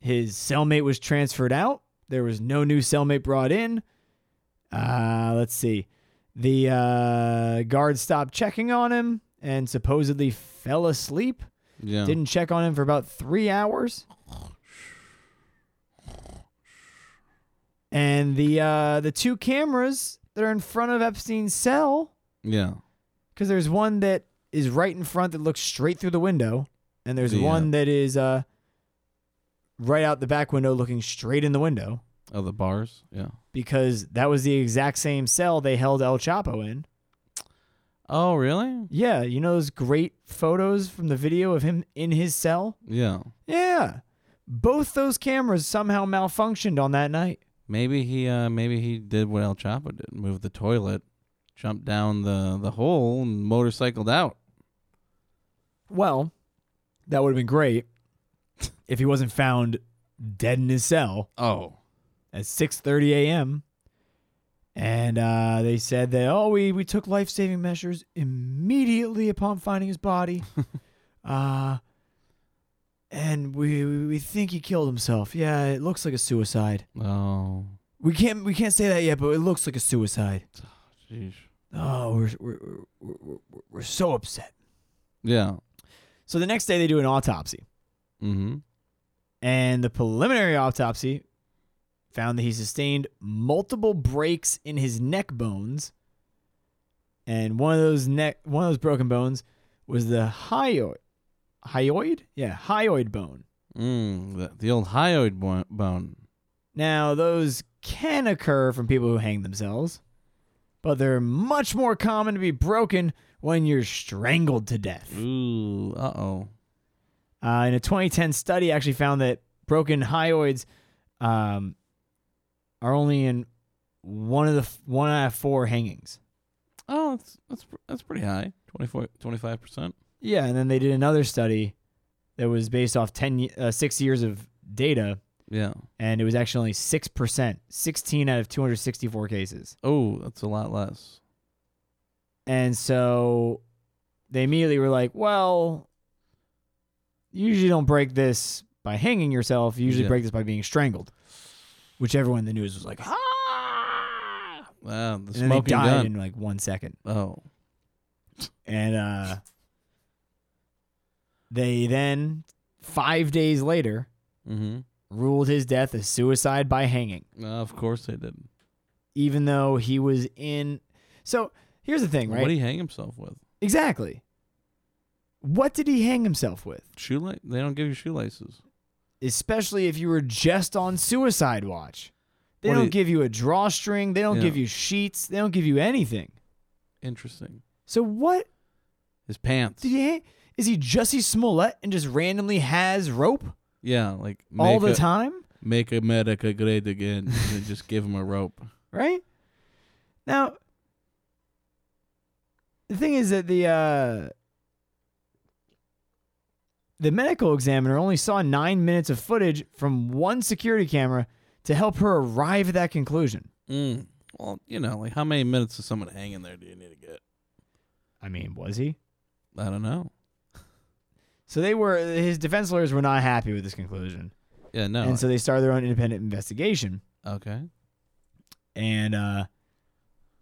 his cellmate was transferred out. There was no new cellmate brought in. Uh, let's see. The uh, guard stopped checking on him and supposedly fell asleep. Yeah. Didn't check on him for about three hours. And the uh, the two cameras that are in front of Epstein's cell yeah. because there's one that is right in front that looks straight through the window, and there's Yeah. one that is uh right out the back window looking straight in the window Oh, the bars. Yeah. because that was the exact same cell they held El Chapo in. Oh, really? Yeah, you know those great photos from the video of him in his cell? Yeah. Yeah. Both those cameras somehow malfunctioned on that night. Maybe he uh maybe he did what El Chapo did, moved the toilet, jumped down the the hole and motorcycled out. Well, that would have been great if he wasn't found dead in his cell. Oh. at 6:30 a.m. And uh, they said that oh we we took life saving measures immediately upon finding his body, uh, and we, we we think he killed himself. Yeah, it looks like a suicide. Oh. We can't we can't say that yet, but it looks like a suicide. Jeez. Oh, we're we're we're, we're, we're, we're so upset. Yeah. So the next day they do an autopsy, Mm-hmm. and the preliminary autopsy found that he sustained multiple breaks in his neck bones, and one of those neck one of those broken bones was the hyoid, hyoid, yeah, hyoid bone. Mm, the, the old hyoid bo- bone. Now those can occur from people who hang themselves, but they're much more common to be broken when you're strangled to death. Ooh. Uh oh. Uh, in a 2010 study, actually found that broken hyoids um, are only in one of the f- one out of four hangings. Oh, that's that's pr- that's pretty high. 25 percent. Yeah, and then they did another study that was based off 10 y- uh, six years of data, Yeah. and it was actually only six percent, 16 out of 264 cases. Oh, that's a lot less. And so they immediately were like, "Well, you usually don't break this by hanging yourself. You usually Yeah. break this by being strangled," which everyone in the news was like, "Ah!" Wow, Ah, the and then they smoking died gun. in like one second. oh, And uh, they then, five days later, mm-hmm. ruled his death a suicide by hanging, of course they did. even though he was in. So here's the thing, right? What did he hang himself with? exactly. What did he hang himself with? Shoelace? They don't give you shoelaces. especially if you were just on suicide watch. They What do don't you- give you a drawstring, they don't Yeah. give you sheets, they don't give you anything. Interesting. So what His pants. did he ha- is he Jesse Smollett and just randomly has rope Yeah, like all make the a- time? Make America great again. and just give him a rope. right? Now, the thing is that the uh, the medical examiner only saw nine minutes of footage from one security camera to help her arrive at that conclusion. Mm. Well, you know, like how many minutes of someone hanging there do you need to get? I mean, was he? I don't know. So they were his defense lawyers were not happy with this conclusion, Yeah, no. and so they started their own independent investigation. okay. and uh,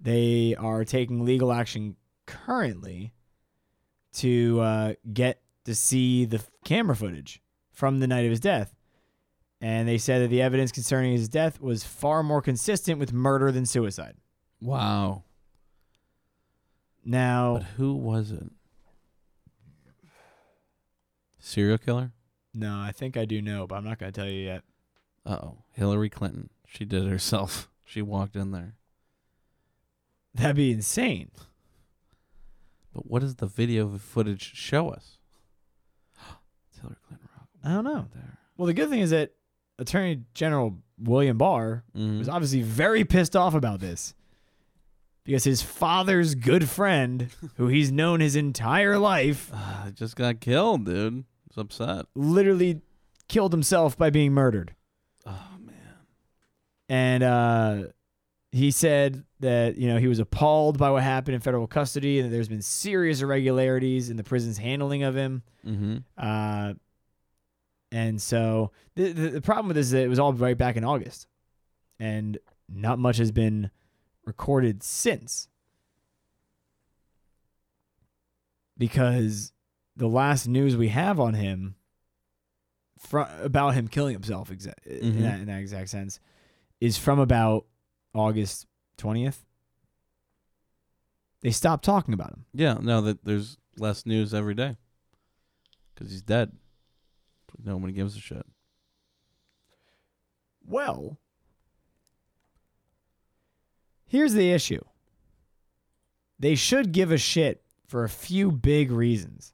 they are taking legal action currently to uh, get to see the f- camera footage from the night of his death. And they said that the evidence concerning his death was far more consistent with murder than suicide. Wow. But Now, who was it? Serial killer? no, I think I do know, but I'm not going to tell you yet. Uh oh. Hillary Clinton. She did it herself. She walked in there. That'd be insane. But what does the video footage show us? It's Hillary Clinton rock. I don't know. There. Well, the good thing is that Attorney General William Barr was Mhm. obviously very pissed off about this because his father's good friend, who he's known his entire life, Ah, I just got killed, dude. It's upset. literally killed himself by being murdered. Oh man. And uh, he said that you know he was appalled by what happened in federal custody and that there's been serious irregularities in the prison's handling of him. Mm-hmm. Uh, and so the, the the problem with this is that it was all right back in August, and not much has been recorded since. Because the last news we have on him, fro- about him killing himself, exa- Mhm. in, that, in that exact sense, is from about August twentieth. They stopped talking about him. Yeah, no, that there's less news every day. Because he's dead. No one gives a shit. Well, here's the issue they should give a shit for a few big reasons.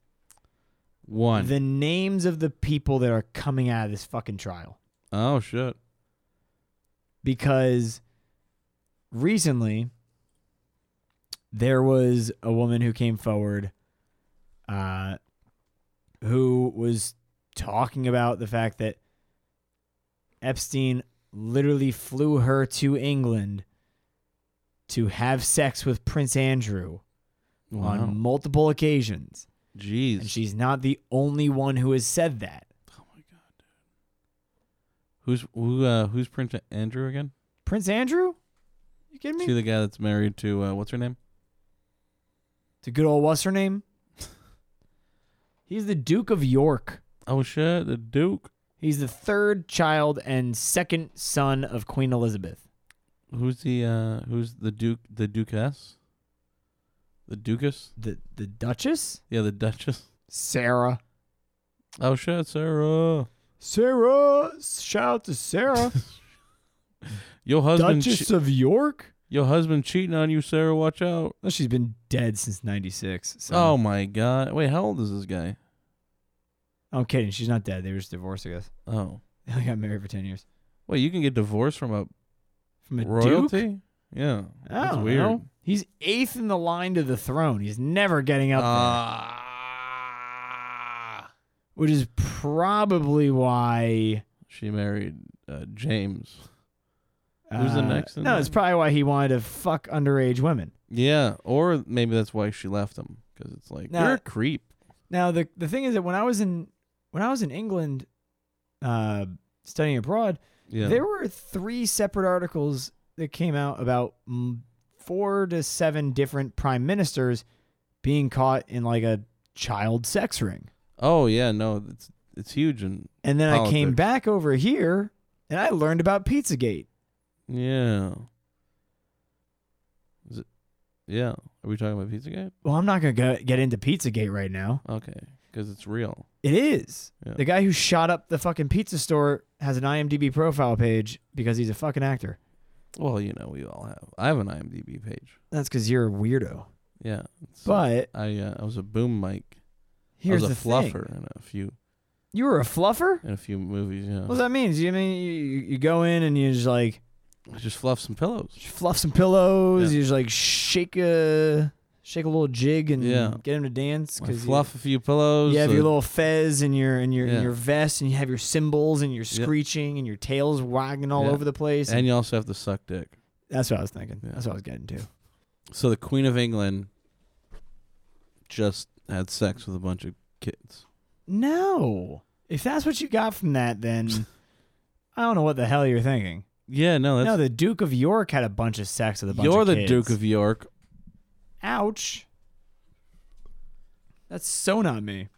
One. The names of the people that are coming out of this fucking trial. oh shit. Because recently there was a woman who came forward uh, who was talking about the fact that Epstein literally flew her to England to have sex with Prince Andrew Wow. on multiple occasions. Jeez. And she's not the only one who has said that. oh my god, dude. Who's who? Uh, who's Prince Andrew again? Prince Andrew? You kidding me? See the guy that's married to uh, what's her name? To good old what's her name? He's the Duke of York. Oh shit, the Duke. He's the third child and second son of Queen Elizabeth. Who's the uh, who's the Duke? The Duchess. The Duchess. The the Duchess? Yeah, the Duchess. Sarah. Oh shit, Sarah. Sarah shout out to Sarah. Your husband. Duchess che- of York? your husband cheating on you, Sarah. Watch out. Well, she's been dead since ninety six. So Oh my god. Wait, how old is this guy? I'm kidding, she's not dead. They were just divorced, I guess. Oh. They only got married for ten years. Wait, you can get divorced from a From a royalty? duke? Oh, Yeah. I That's don't weird. know. He's eighth in the line to the throne. He's never getting up there. Ah. Which is probably why She married uh, James. Who's the next in uh, No, it's line? probably why he wanted to fuck underage women. Yeah, or maybe that's why she left him because it's like Nah. you're a creep. Now the the thing is that when I was in when I was in England uh, studying abroad, Yeah, there were three separate articles that came out about mm, four to seven different prime ministers being caught in like a child sex ring. Oh yeah, no, it's it's huge and And then I came Politics. back over here and I learned about Pizzagate. yeah. Is it? Yeah. Are we talking about Pizzagate? Well, I'm not going to get into Pizzagate right now. Okay, because it's real. It is. Yeah. The guy who shot up the fucking pizza store has an IMDb profile page because he's a fucking actor. Well, you know, we all have. I have an IMDb page. That's because you're a weirdo. Yeah. it's- But I uh, I was a boom mic. here's I the was a fluffer thing. in a few You were a fluffer? in a few movies. Yeah. What does that mean? Do you mean you, you go in and you just like I just fluff some pillows. fluff some pillows, Yeah. you just like shake a shake a little jig and Yeah. get him to dance I you- fluff a few pillows. You have your uh, little fez and your and your and Yeah. your vest, and you have your cymbals and your screeching and your tails wagging all Yeah. over the place. and you also have to suck dick. that's what I was thinking. Yeah. That's what I was getting to. So the Queen of England just had sex with a bunch of kids. No, if that's what you got from that, then I don't know what the hell you're thinking. Yeah, no, no, that's the Duke of York had a bunch of sex with a bunch. you're of the kids. Duke of York. Ouch. That's so not me.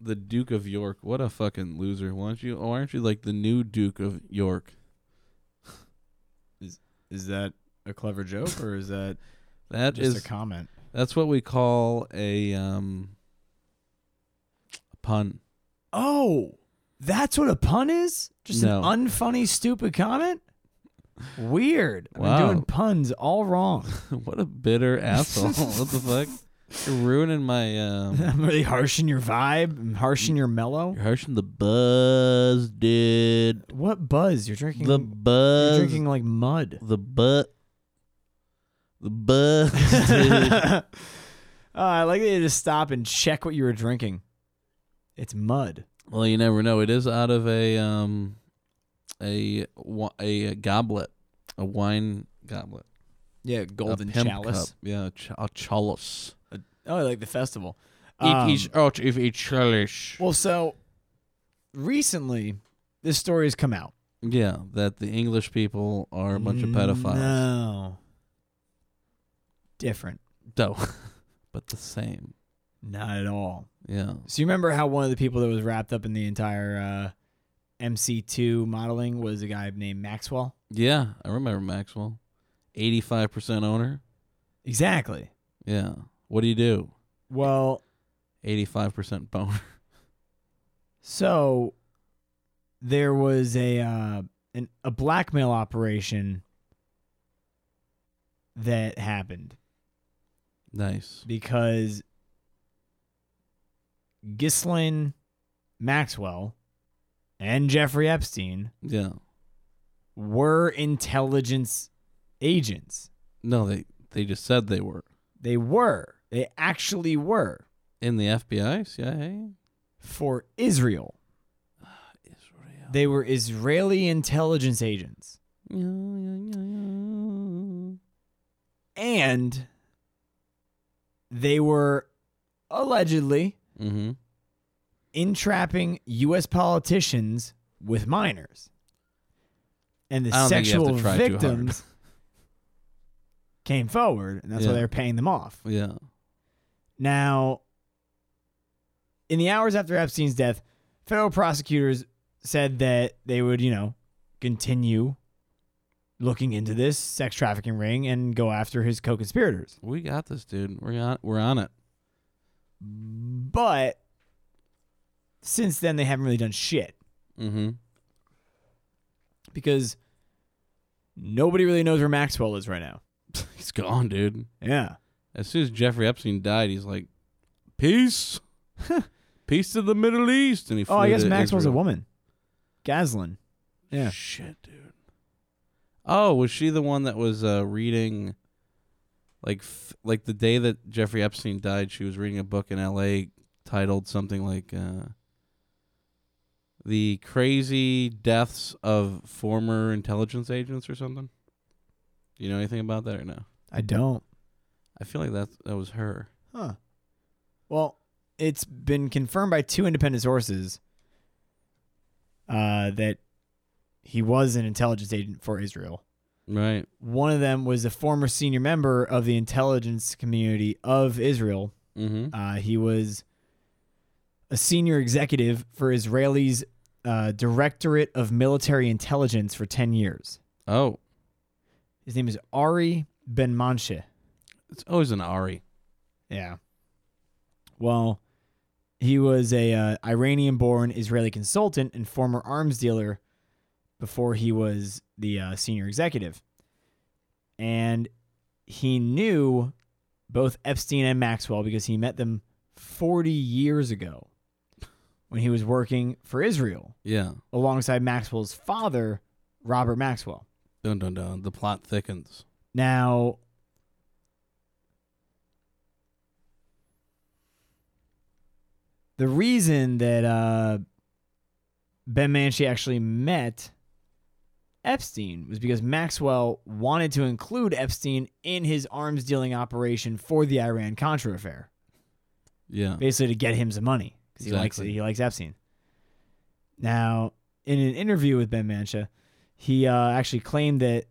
The Duke of York. What a fucking loser. Why don't you? Why aren't you like the new Duke of York? Is that a clever joke or is that That is comment? that's what we call a um a pun. Oh, that's what a pun is? Just No. an unfunny, stupid comment? Weird. I've Wow. been doing puns all wrong. what a bitter asshole. what the fuck? You're ruining my um. I'm really harshing your vibe. I'm harshing your mellow. You're harshing the buzz, dude. What buzz? You're drinking. The you're buzz. drinking like mud. the butt. The buzz, dude. oh, I like that you just stop and check what you were drinking. It's mud. well, you never know. It is out of a um a wi- a goblet, a wine goblet, Yeah, a pimp cup. Yeah, a, ch- a chalice. Um, Oh, I like the festival. Um, it is out of a chalice. well, so recently, this story has come out. Yeah, that the English people are a Mm, bunch of pedophiles. No. Different. No. but the same. Not at all. Yeah. So you remember how one of the people that was wrapped up in the entire uh, MC2 modeling was a guy named Maxwell? Yeah, I remember Maxwell. 85% owner. Exactly. Yeah. What do you do? Well, 85% boner. so there was a uh, an, a blackmail operation that happened nice. because Ghislaine Maxwell and Jeffrey Epstein Yeah. were intelligence agents. No, they they just said they were They were. They actually were in the FBI, CIA, for Israel. Israel. They were Israeli intelligence agents. Yeah, yeah, yeah, And they were allegedly yeah. Mm-hmm. entrapping U.S. politicians with minors. And the I don't think you have sexual to try too hard. victims came forward, and that's why Yeah. they were paying them off. Yeah. Now, in the hours after Epstein's death, federal prosecutors said that they would, you know, continue looking into this sex trafficking ring and go after his co conspirators. We got this, dude. We're on we're on it. But since then, they haven't really done shit Mm-hmm. because nobody really knows where Maxwell is right now. He's gone, dude. Yeah. As soon as Jeffrey Epstein died, he's like, "Peace, peace to the Middle East." And he Oh, I flew guess to Maxwell's a Israel. woman. Gaslin. Yeah. Shit, dude. Oh, was she the one that was uh, reading, like, f- like the day that Jeffrey Epstein died? She was reading a book in L.A. titled something like uh, "The Crazy Deaths of Former Intelligence Agents" or something. Do you know anything about that or no? I don't. I feel like that that was her. Huh. Well, it's been confirmed by two independent sources uh, that he was an intelligence agent for Israel. Right. One of them was a former senior member of the intelligence community of Israel. Mm-hmm. Uh, he was a senior executive for Israel's uh, Directorate of Military Intelligence for 10 years. Oh, His name is Ari Ben Manshe. it's always an Ari. Yeah. Well, He was a uh, Iranian-born Israeli consultant and former arms dealer before he was the uh, senior executive. And he knew both Epstein and Maxwell because he met them 40 years ago when he was working for Israel Yeah. alongside Maxwell's father, Robert Maxwell. Dun dun dun. The plot thickens. Now, the reason that uh, Ben Manshi actually met Epstein was because Maxwell wanted to include Epstein in his arms dealing operation for the Iran Contra affair, Yeah. basically to get him some money because he likes Exactly. he likes Epstein. Now, in an interview with Ben Mancha, he uh, actually claimed that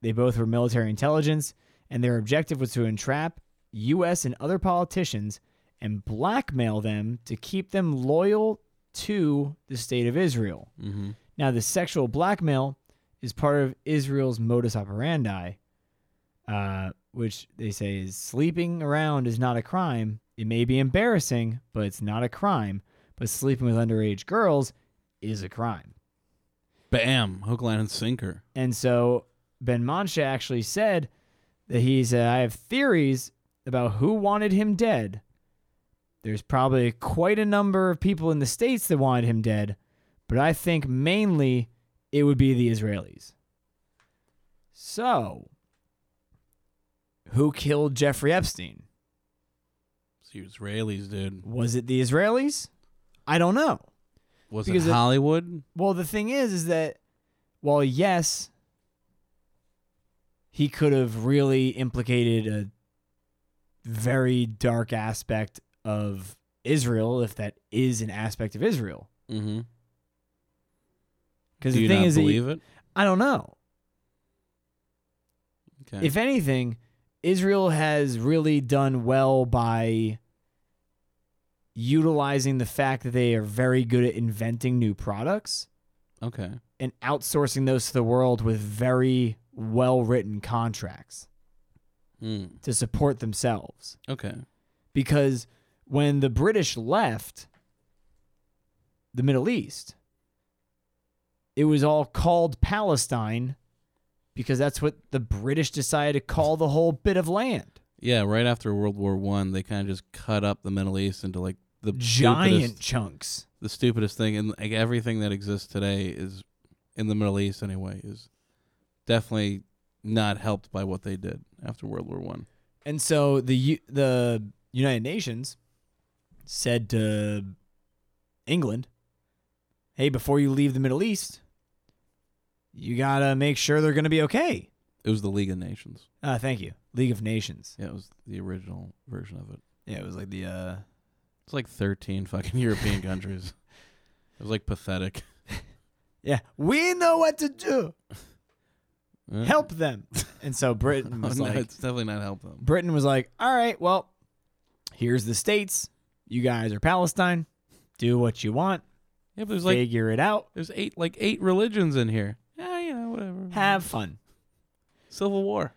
they both were military intelligence, and their objective was to entrap U.S. and other politicians and blackmail them to keep them loyal to the state of Israel. Mm-hmm. Now, the sexual blackmail is part of Israel's modus operandi, uh, which they say is sleeping around is not a crime. It may be embarrassing, but it's not a crime. But sleeping with underage girls is a crime. Bam. Hook, line, and sinker. And so Ben Mancha actually said that he's, uh, I have theories about who wanted him dead. There's probably quite a number of people in the States that wanted him dead, but I think mainly it would be the Israelis. So, who killed Jeffrey Epstein? It's the Israelis, dude. Was it the Israelis? I don't know. Was Because it it- Hollywood? Well, the thing is, is that while yes, he could have really implicated a very dark aspect of Israel, if that is an aspect of Israel. mm-hmm. Because Do the you thing not is, that you- believe it? I don't know. Okay. If anything, Israel has really done well by utilizing the fact that they are very good at inventing new products. okay. and outsourcing those to the world with very well written contracts Mm. to support themselves. Okay. Because when the British left the Middle East, it was all called Palestine because that's what the British decided to call the whole bit of land. Yeah. Right after World War One, they kind of just cut up the Middle East into like the Giant stupidest- chunks. the stupidest thing, and like everything that exists today is in the Middle East anyway is definitely not helped by what they did after World War One. And so the U- the United Nations said to England, "Hey, before you leave the Middle East, you gotta make sure they're gonna be okay." It was the League of Nations. Uh, thank you, League of Nations. Yeah, it was the original version of it. Yeah, it was like the uh, It's like thirteen fucking European countries. It was like pathetic. yeah, we know what to do. Uh, Help them. And so Britain Oh, was no, like, it's definitely not help them. Britain was like, "All right, well, here's the states. You guys are Palestine. Do what you want. Yeah, but there's like Figure it out. there's eight like eight religions in here. Yeah, you know whatever. Have fun." civil war.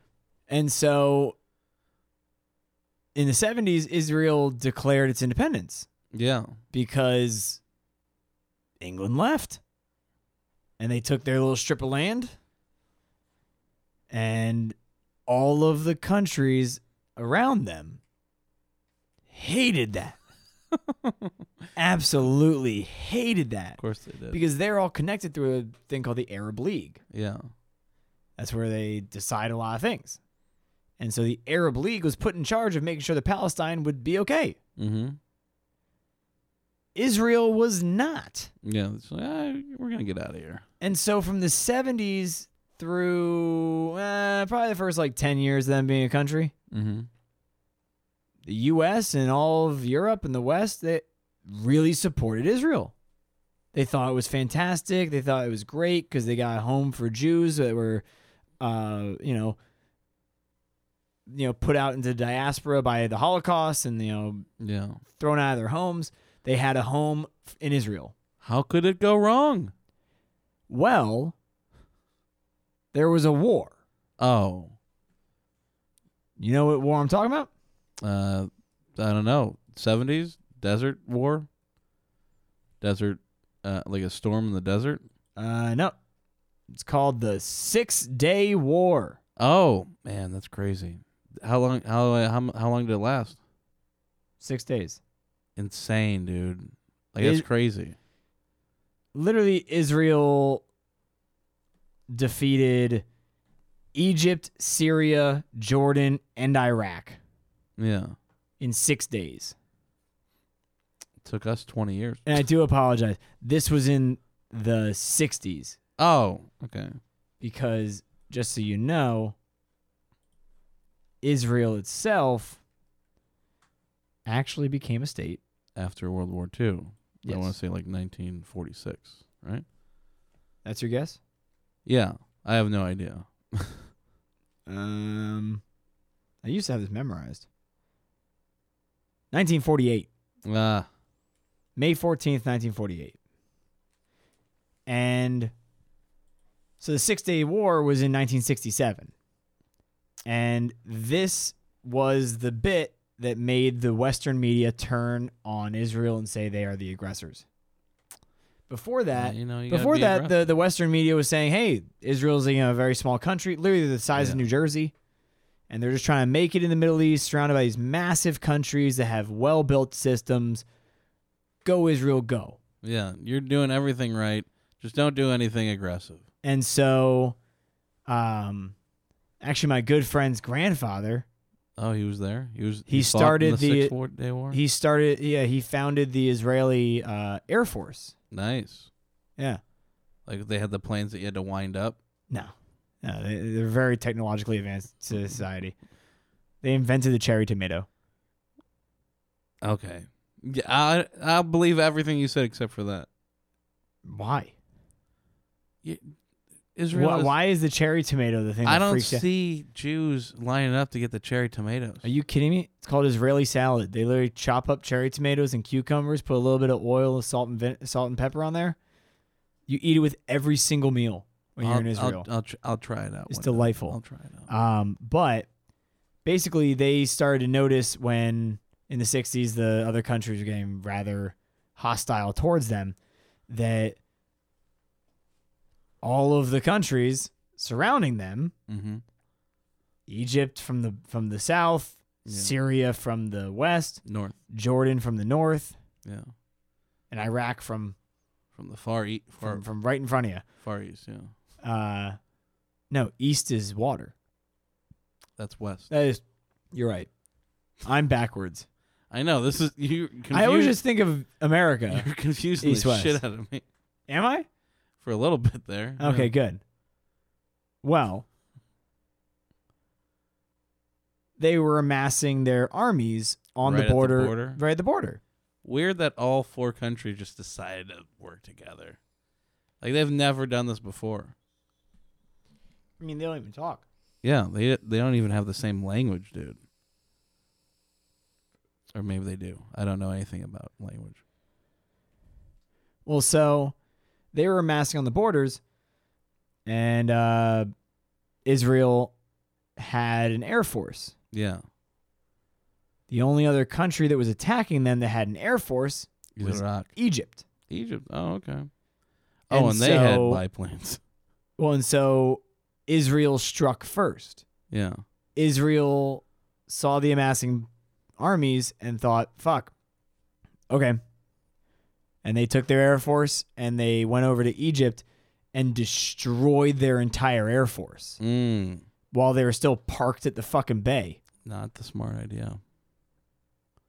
And so in the 70s, Israel declared its independence Yeah, because England left and they took their little strip of land. And all of the countries around them hated that. Absolutely hated of that course they did. because they're all connected through a thing called the Arab League. yeah, That's where they decide a lot of things. And so the Arab League was put in charge of making sure that Palestine would be okay. mm-hmm. Israel was not. Yeah, it's like, ah, we're gonna get out of here. And so from the 70s through eh, probably the first like 10 years of them being a country, Mm-hmm. the US and all of Europe and the West, they really supported Israel. They thought it was fantastic. They thought it was great because they got a home for Jews that were, uh, you know, you know, put out into diaspora by the Holocaust and you know Yeah. thrown out of their homes. They had a home f- in Israel. How could it go wrong? Well, there was a war. Oh, You know what war I'm talking about? uh, I don't know. Seventies desert war? Desert, uh, like a storm in the desert? Uh, no. It's called the Six Day War. Oh man, that's crazy. How long? How how m- how long did it last? Six days. Insane, dude. Like that's It- crazy. Literally, Israel defeated Egypt, Syria, Jordan, and Iraq Yeah, in six days. took us twenty years. And I do apologize. This was in the 60s Oh, okay. because, just so you know, Israel itself actually became a state. After World War II, Yes. I want to say like 1946, right? That's your guess? Yeah, I have no idea. Um, I used to have this memorized. 1948, Ah, May 14th, 1948. And so the Six Day War was in 1967. And this was the bit that made the Western media turn on Israel and say they are the aggressors. Before that, you know, you gotta before be that, aggressive. the, the Western media was saying, "Hey, Israel's you know, a very small country, literally the size of Yeah. New Jersey, and they're just trying to make it in the Middle East, surrounded by these massive countries that have well-built systems. Go Israel, go!" yeah, you're doing everything right. Just don't do anything aggressive. And so, um, actually, my good friend's grandfather, Oh, he was there. He was. He fought in started the, the- Six War- Day War. he started, yeah, he founded the Israeli uh, Air Force. nice. Yeah, Like they had the planes that you had to wind up. no, no, they, they're a very technologically advanced society. They invented the cherry tomato. Okay. Yeah, I I believe everything you said except for that. Why? Israel. Why, is- why is the cherry tomato the thing? That I don't freaks you- see Jews lining up to get the cherry tomatoes. Are you kidding me? It's called Israeli salad. They literally chop up cherry tomatoes and cucumbers, put a little bit of oil, salt, and vin- salt and pepper on there. You eat it with every single meal when I'll, you're in Israel. I'll, I'll, tr- I'll try it out. It's one day. delightful. I'll try it out. um, but basically, they started to notice when in the '60s the other countries were getting rather hostile towards them that all of the countries surrounding them mm-hmm. Egypt from the from the south, Yeah. Syria from the west, North. Jordan from the north, Yeah. and Iraq from From the far east. Far, from, from right in front of you. far east. Yeah. Uh, no, east is water. That's west. That is, you're right. I'm backwards. I know. This is you. Confused, I always just think of America. You're confusing the East-west. shit out of me Am I? for a little bit there. Okay, Yeah. good. Well, they were amassing their armies on Right at the, the border, border? right at the border. Weird that all four countries just decided to work together. Like they've never done this before. I mean, they don't even talk. Yeah, they they don't even have the same language, dude. Or maybe they do. I don't know anything about language. Well, so they were amassing on the borders, and uh, Israel had an air force. Yeah, The only other country that was attacking them that had an air force, Is Was- it Iraq, Egypt. Egypt. Oh, okay. Oh, and, And they had so- biplanes. Well, and so Israel struck first. Yeah, Israel saw the amassing armies and thought, fuck, okay. And they took their air force and they went over to Egypt and destroyed their entire air force. mm, while they were still parked at the fucking bay. not the smart idea.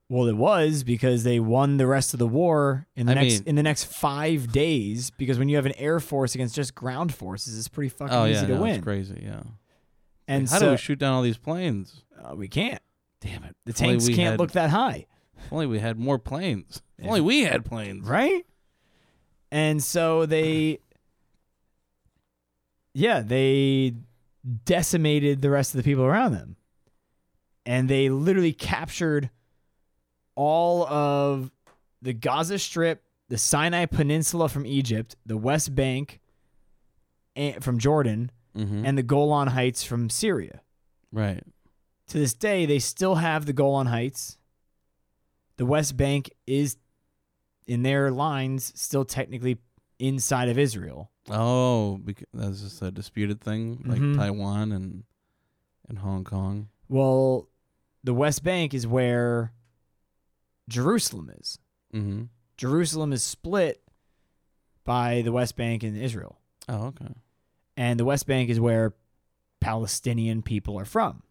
Well, it was because they won the rest of the war in the I next mean- in the next five days. Because when you have an air force against just ground forces, it's pretty fucking oh easy yeah, to no, win. it's crazy. Yeah, And how do so we shoot down all these planes? uh, we can't. Damn it! The If only tanks we can't had- look that high, If only we had more planes. If Yeah. only we had planes. right? And so they, yeah, they decimated the rest of the people around them, and they literally captured all of the Gaza Strip, the Sinai Peninsula from Egypt, the West Bank and, from Jordan, Mm-hmm. and the Golan Heights from Syria. right. To this day, they still have the Golan Heights. the West Bank is, in their lines, still technically inside of Israel. Oh, because that's just a disputed thing, like Mhm. Taiwan and and Hong Kong. Well, the West Bank is where Jerusalem is. Mm-hmm. Jerusalem is split by the West Bank and Israel. Oh, okay. And the West Bank is where Palestinian people are from.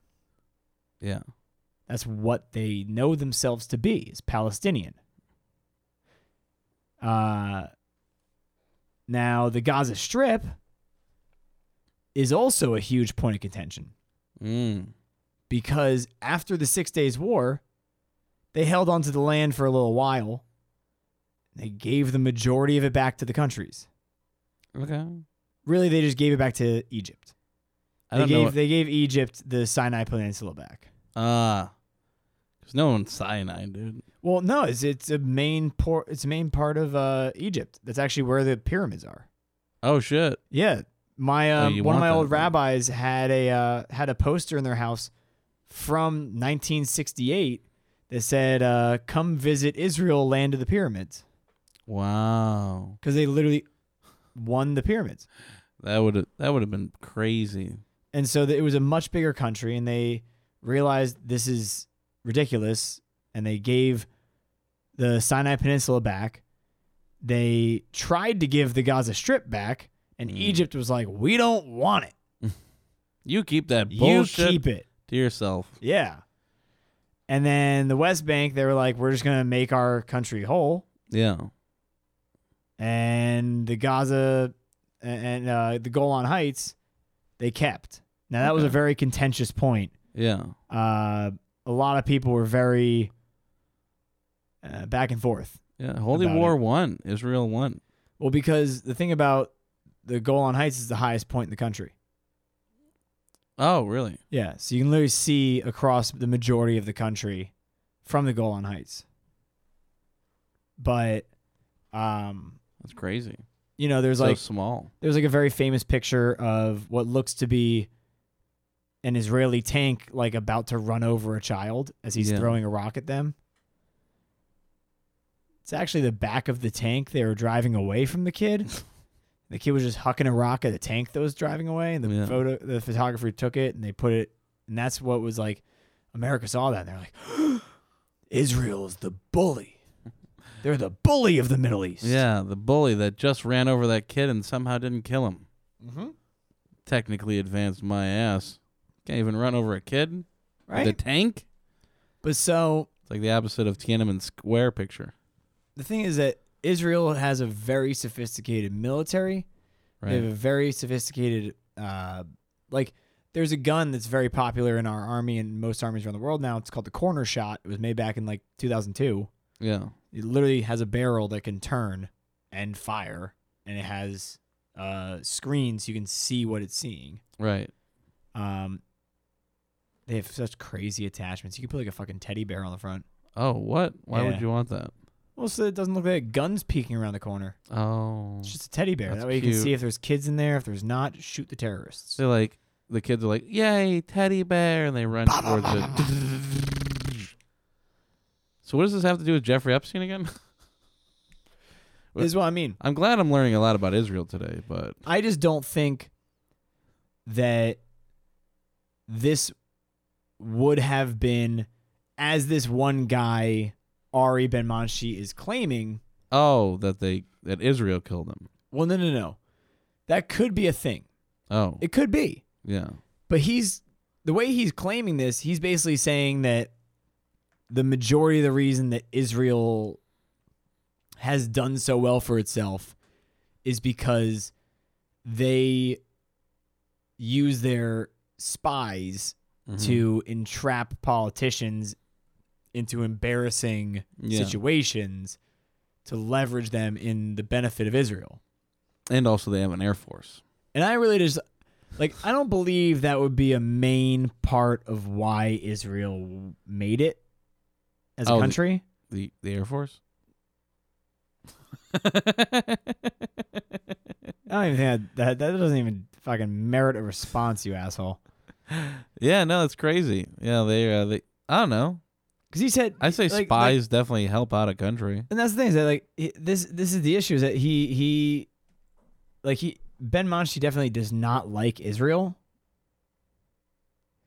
Yeah. That's what they know themselves to be is Palestinian. Uh, now the Gaza Strip is also a huge point of contention Mm. because after the Six Days War, they held onto the land for a little while. They gave the majority of it back to the countries. Okay. Really, they just gave it back to Egypt. I they don't gave know. they gave Egypt the Sinai Peninsula back. Ah, there's no one cyanide, dude. Well, no, it's it's a main port. It's a main part of uh, Egypt. That's actually where the pyramids are. Oh shit. Yeah, my Oh, um, you one of want my that, old huh? rabbis had a uh, had a poster in their house from 1968 that said, uh, "Come visit Israel, land of the pyramids," Wow. because they literally won the pyramids. That would have that would have been crazy. and so th- it was a much bigger country and they realized this is ridiculous and they gave the sinai peninsula back they tried to give the gaza strip back and Mm. egypt was like we don't want it You keep that bullshit you keep it to yourself. yeah and then the west bank they were like we're just going to make our country whole Yeah. and the gaza and and, uh, the golan heights they kept now that was a Okay. very contentious point Yeah. uh, a lot of people were very uh, back and forth. Yeah. Holy About War won. Israel won. Well, because the thing about the Golan Heights is the highest point in the country. Oh, really? Yeah, so you can literally see across the majority of the country from the Golan Heights. But, um, That's crazy. you know, there's so like small. there's like a very famous picture of what looks to be an Israeli tank like about to run over a child as he's Yeah. throwing a rock at them. It's actually the back of the tank they were driving away from the kid. the kid was just hucking a rock at a tank that was driving away, and the Yeah. photo the photographer took it and they put it, and that's what was like. America saw that and they're like, Israel is the bully. They're the bully of the Middle East. Yeah, the bully that just ran over that kid and somehow didn't kill him. Mm-hmm. Technically advanced my ass. Can't even run over a kid. Right. The tank? but so It's like the opposite of Tiananmen Square picture. the thing is that Israel has a very sophisticated military. Right. They have a very sophisticated, uh, like, there's a gun that's very popular in our army and most armies around the world now. It's called the corner shot. It was made back in like 2002. yeah. It literally has a barrel that can turn and fire, and it has uh, screens so you can see what it's seeing. Right. Um, they have such crazy attachments. You can put like a fucking teddy bear on the front. Oh, what? Why Yeah. would you want that? Well, so it doesn't look like a gun's peeking around the corner. Oh. It's just a teddy bear. That's that way you can cute. see if there's kids in there. If there's not, shoot the terrorists. So like the kids are like, "Yay, teddy bear!" and they run towards it. so what does this have to do with Jeffrey Epstein again? This is what I mean. I'm glad I'm learning a lot about Israel today, but I just don't think that this would have been as this one guy Ari Ben Manshi is claiming. oh, that they that Israel killed him. Well, no, no, no. That could be a thing. Oh, It could be. yeah, But he's the way he's claiming this, he's basically saying that the majority of the reason that Israel has done so well for itself is because they use their spies Mhm. to entrap politicians into embarrassing Yeah. situations to leverage them in the benefit of Israel. and also they have an air force. And I really just like I don't believe that would be a main part of why Israel made it as a Oh, the- country. The the air force. I don't even think that, that that doesn't even fucking merit a response, you asshole. yeah, no, it's crazy. Yeah, they uh, they I don't know. Because he said I say like- like- spies definitely help out a country. and that's the thing is that like he- this this is the issue is that he he like he Ben Monshi definitely does not like Israel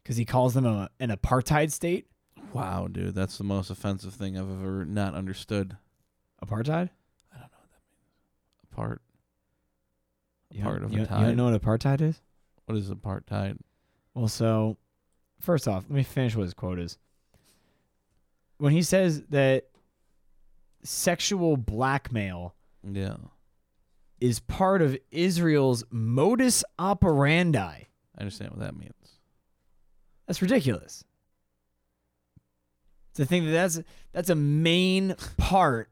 because he calls them a, an apartheid state. Wow, dude, that's the most offensive thing I've ever not understood. Apartheid. I don't know what that means. Apart. You Part don't- of you, don't- You a tide. don't know what apartheid is? What is apartheid? Well, so first off, let me finish what his quote is. When he says that sexual blackmail Yeah, is part of Israel's modus operandi, I understand what that means. that's ridiculous. To think that that's that's a main part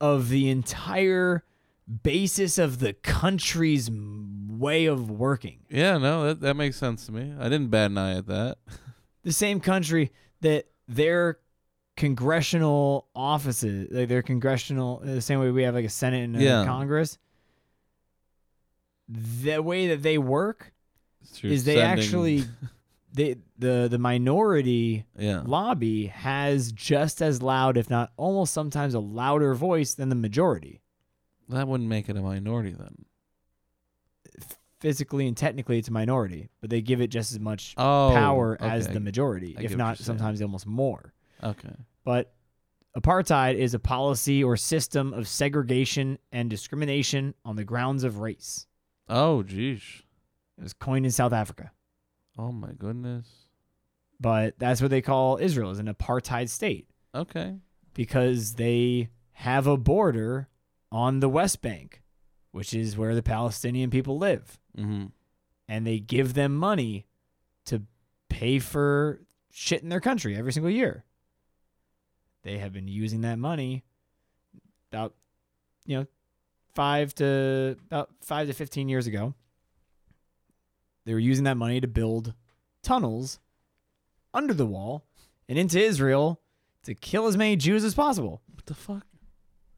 of the entire basis of the country's m- way of working. Yeah, no, that that makes sense to me. I didn't bat an eye at that. the same country that their congressional offices, like their congressional, uh, the same way we have like a Senate and a Yeah. Congress, the way that they work It's through is they sending- actually, they the the minority yeah lobby has just as loud, if not almost sometimes a louder voice than the majority. that wouldn't make it a minority then. Physically and technically, it's a minority, but they give it just as much Oh, power as okay, the majority, I get what if you're not saying. sometimes almost more. okay. but apartheid is a policy or system of segregation and discrimination on the grounds of race. Oh, geez. It was coined in South Africa, Oh my goodness. but that's what they call Israel is an apartheid state Okay. because they have a border on the West Bank, which is where the Palestinian people live, Mm-hmm. and they give them money to pay for shit in their country every single year. They have been using that money about you know five to about five to fifteen years ago. They were using that money to build tunnels under the wall and into Israel to kill as many Jews as possible. What the fuck?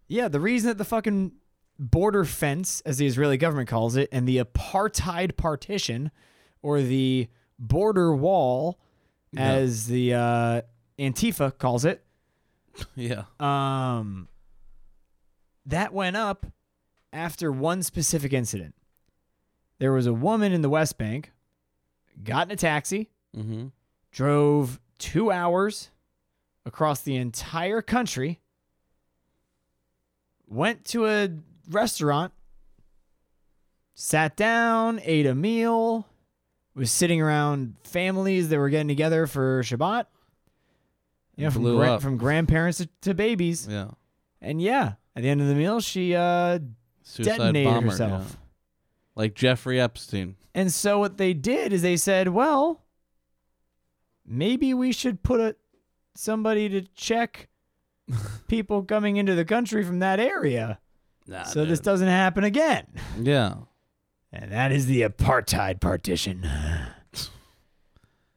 Yeah, the reason that the fucking border fence, as the Israeli government calls it, and the apartheid partition, or the border wall, Yeah. as the uh, Antifa calls it, Yeah. um, that went up after one specific incident. There was a woman in the West Bank, got in a taxi, Mm-hmm. drove two hours across the entire country, went to a restaurant, sat down, ate a meal, was sitting around families that were getting together for Shabbat. You know, from, Blew gran- up. from grandparents to, to babies. Yeah. And yeah, at the end of the meal, she uh, Suicide detonated bomber. herself. yeah. Like Jeffrey Epstein. And so what they did is they said, well, maybe we should put a, somebody to check people coming into the country from that area Nah, so this doesn't happen again. yeah. And that is the apartheid partition.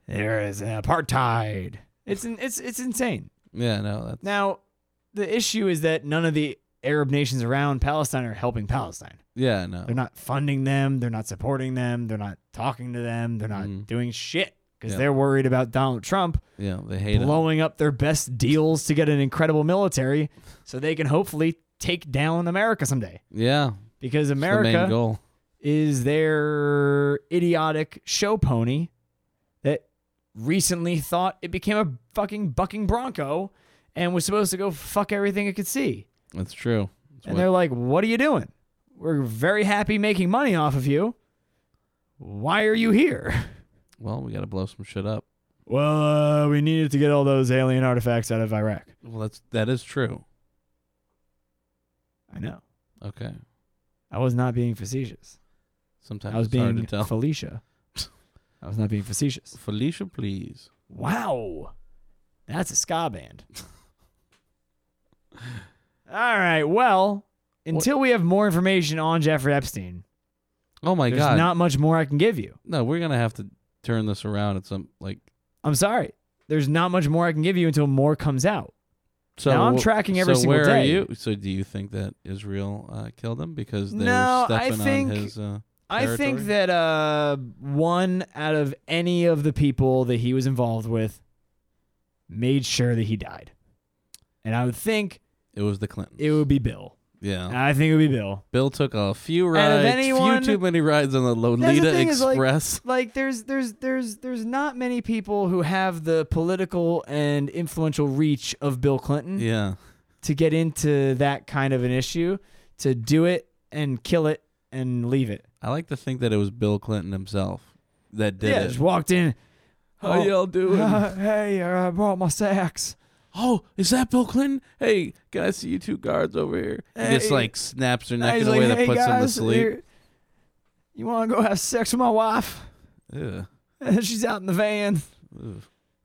there is an apartheid. It's an, it's it's insane. Yeah. No. That's Now, the issue is that none of the Arab nations around Palestine are helping Palestine. yeah. No. They're not funding them. They're not supporting them. They're not talking to them. They're not Mhm. doing shit because Yeah. they're worried about Donald Trump Yeah. They hate him. blowing up their best deals to get an incredible military so they can hopefully take down America someday. Yeah. Because it's The main America goal. is their idiotic show pony that recently thought it became a fucking bucking bronco and was supposed to go fuck everything it could see. That's true. That's And what- they're like, "What are you doing? We're very happy making money off of you. Why are you here?" well, we got to blow some shit up. Well, uh, we needed to get all those alien artifacts out of Iraq. Well, that's that is true. I know. Okay. I was not being facetious. Sometimes I was it's hard being to tell. Felicia. I was not being facetious. Felicia, please. Wow, that's a ska band. all right. Well, until we have more information on Jeffrey Epstein, Oh my there's God. not much more I can give you. no, we're gonna have to turn this around at some like. I'm sorry. There's not much more I can give you until more comes out. So Now I'm wh- tracking every so single where day. Are you? So do you think that Israel uh, killed him because they No, were I stepping think- on his? Uh, I think territory? that uh, one out of any of the people that he was involved with made sure that he died. And I would think It was the Clintons. it would be Bill. yeah. I think it would be Bill. Bill took a few if rides, anyone- few too many rides on the the Lolita thing is, like- Express. Like there's there's there's there's not many people who have the political and influential reach of Bill Clinton yeah. to get into that kind of an issue, to do it and kill it and leave it. I like to think that it was Bill Clinton himself that did yeah, it. Oh. just walked in. Oh. How y'all doing? hey, I brought my sacks. oh, is that Bill Clinton? Hey, can I see you two guards over here? And just Hey. like snaps her Hey, neck in he's a way like, that "Hey, puts him to guys, sleep. here- You want to go have sex with my wife? Ugh. She's out in the van. Ugh.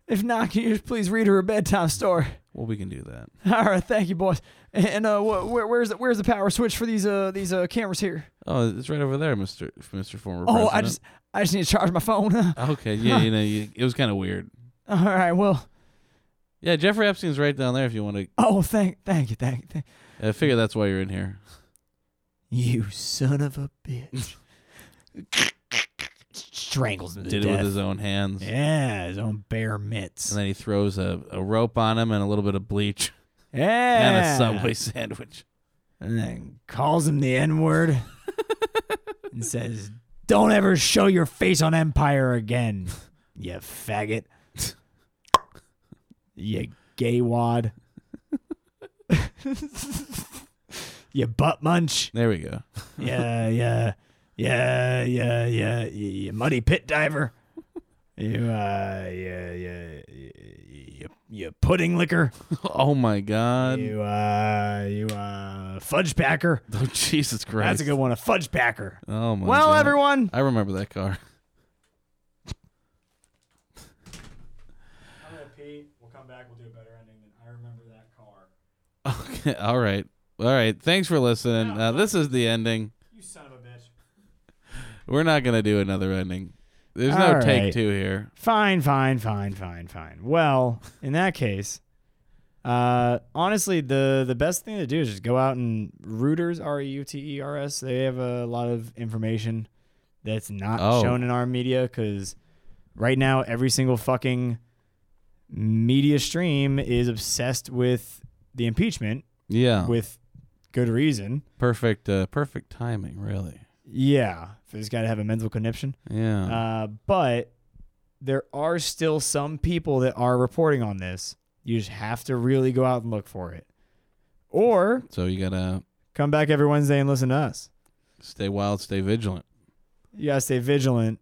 If not, can you just please read her a bedtime story? Well, we can do that. All right, thank you, boys. And uh, wh- where, where's the, where's the power switch for these uh these uh cameras here? Oh, it's right over there, Mister Mister Former Oh, President. I just I just need to charge my phone. All okay. Yeah, you know, you, it was kind of weird. right, well, Yeah, Jeffrey Epstein's right down there. If you want to, oh, thank thank you, thank you, thank I figure that's why you're in here. you, You son of a bitch. Strangles him to Did it death. with his own hands, yeah, his own bare mitts. and then he throws a, a rope on him and a little bit of bleach and Yeah. a Subway sandwich. And then calls him the N word and says, Don't ever show your face on Empire again, you faggot. you gay wad. you butt munch. There we go. Yeah, yeah. Yeah, yeah, yeah. You, you muddy pit diver. You, uh, yeah, yeah. You, you pudding licker. oh my God. You, uh, you, uh, fudge packer. Oh Jesus Christ. That's a good one. A fudge packer. Oh my. well, God. everyone. I remember that car. I'm gonna pee. We'll come back. We'll do a better ending than I remember that car. Okay. All right. All right. Thanks for listening. Uh, this is the ending. You son of a bitch. We're not gonna do another ending. There's no All take right. two here. Fine, fine, fine, fine, fine. Well, in that case, uh, honestly, the the best thing to do is just go out and Reuters, R E U T E R S. They have a lot of information that's not Oh. shown in our media because right now every single fucking media stream is obsessed with the impeachment Yeah. with good reason. Perfect. Uh, perfect timing. Really. Yeah, he's got to have a mental conniption. Yeah. Uh, but there are still some people that are reporting on this. You just have to really go out and look for it, or so you gotta come back every Wednesday and listen to us. stay wild, stay vigilant. You gotta stay vigilant,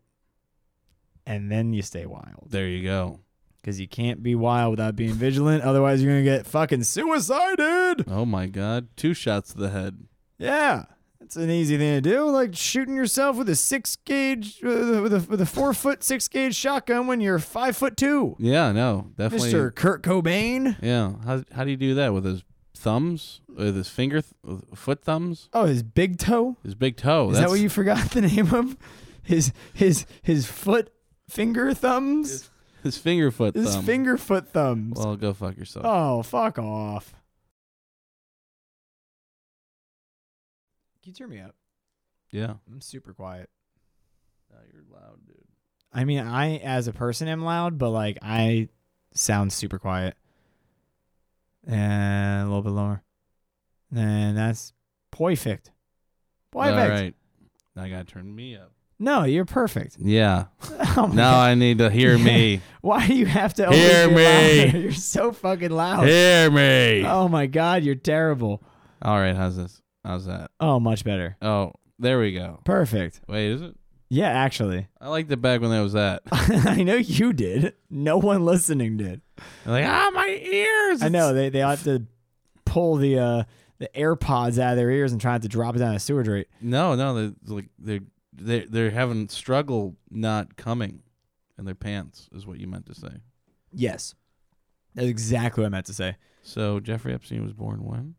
and then you stay wild There you go. because you can't be wild without being vigilant. Otherwise, you're gonna get fucking suicided. Oh my God. Two shots to the head. Yeah. It's an easy thing to do, like shooting yourself with a six gauge, uh, with a with a four foot six gauge shotgun when you're five foot two, Yeah. No. Definitely. Mister Kurt Cobain. Yeah. How how do you do that with his thumbs? With his finger, th- with foot thumbs? Oh, his big toe? His big toe. Is That's that what you forgot the name of? His his his foot finger thumbs? his finger foot His, thumb. finger foot thumbs. Well, go fuck yourself. oh, fuck off. Can you turn me up? Yeah. I'm super quiet. No, you're loud, dude. I mean, I as a person am loud, but like I sound super quiet. And a little bit lower. And that's perfect. Perfect. All right. Now I gotta turn me up. No, you're perfect. Yeah. Oh my Now I need to hear me. Why do you have to always Hear be me. loud? You're so fucking loud. hear me. Oh my god, you're terrible. All right. How's this? How's that? Oh, much better. Oh, there we go. Perfect. Wait, is it? Yeah, actually. I liked it back when there was that. I know you did. No one listening did. I'm like, ah, my ears. I know they they ought to pull the uh the AirPods out of their ears and try not to drop it down a sewer drain. No, no, they're it's like they're they they're having struggle not coming in their pants is what you meant to say. Yes. That's exactly what I meant to say. So Jeffrey Epstein was born when?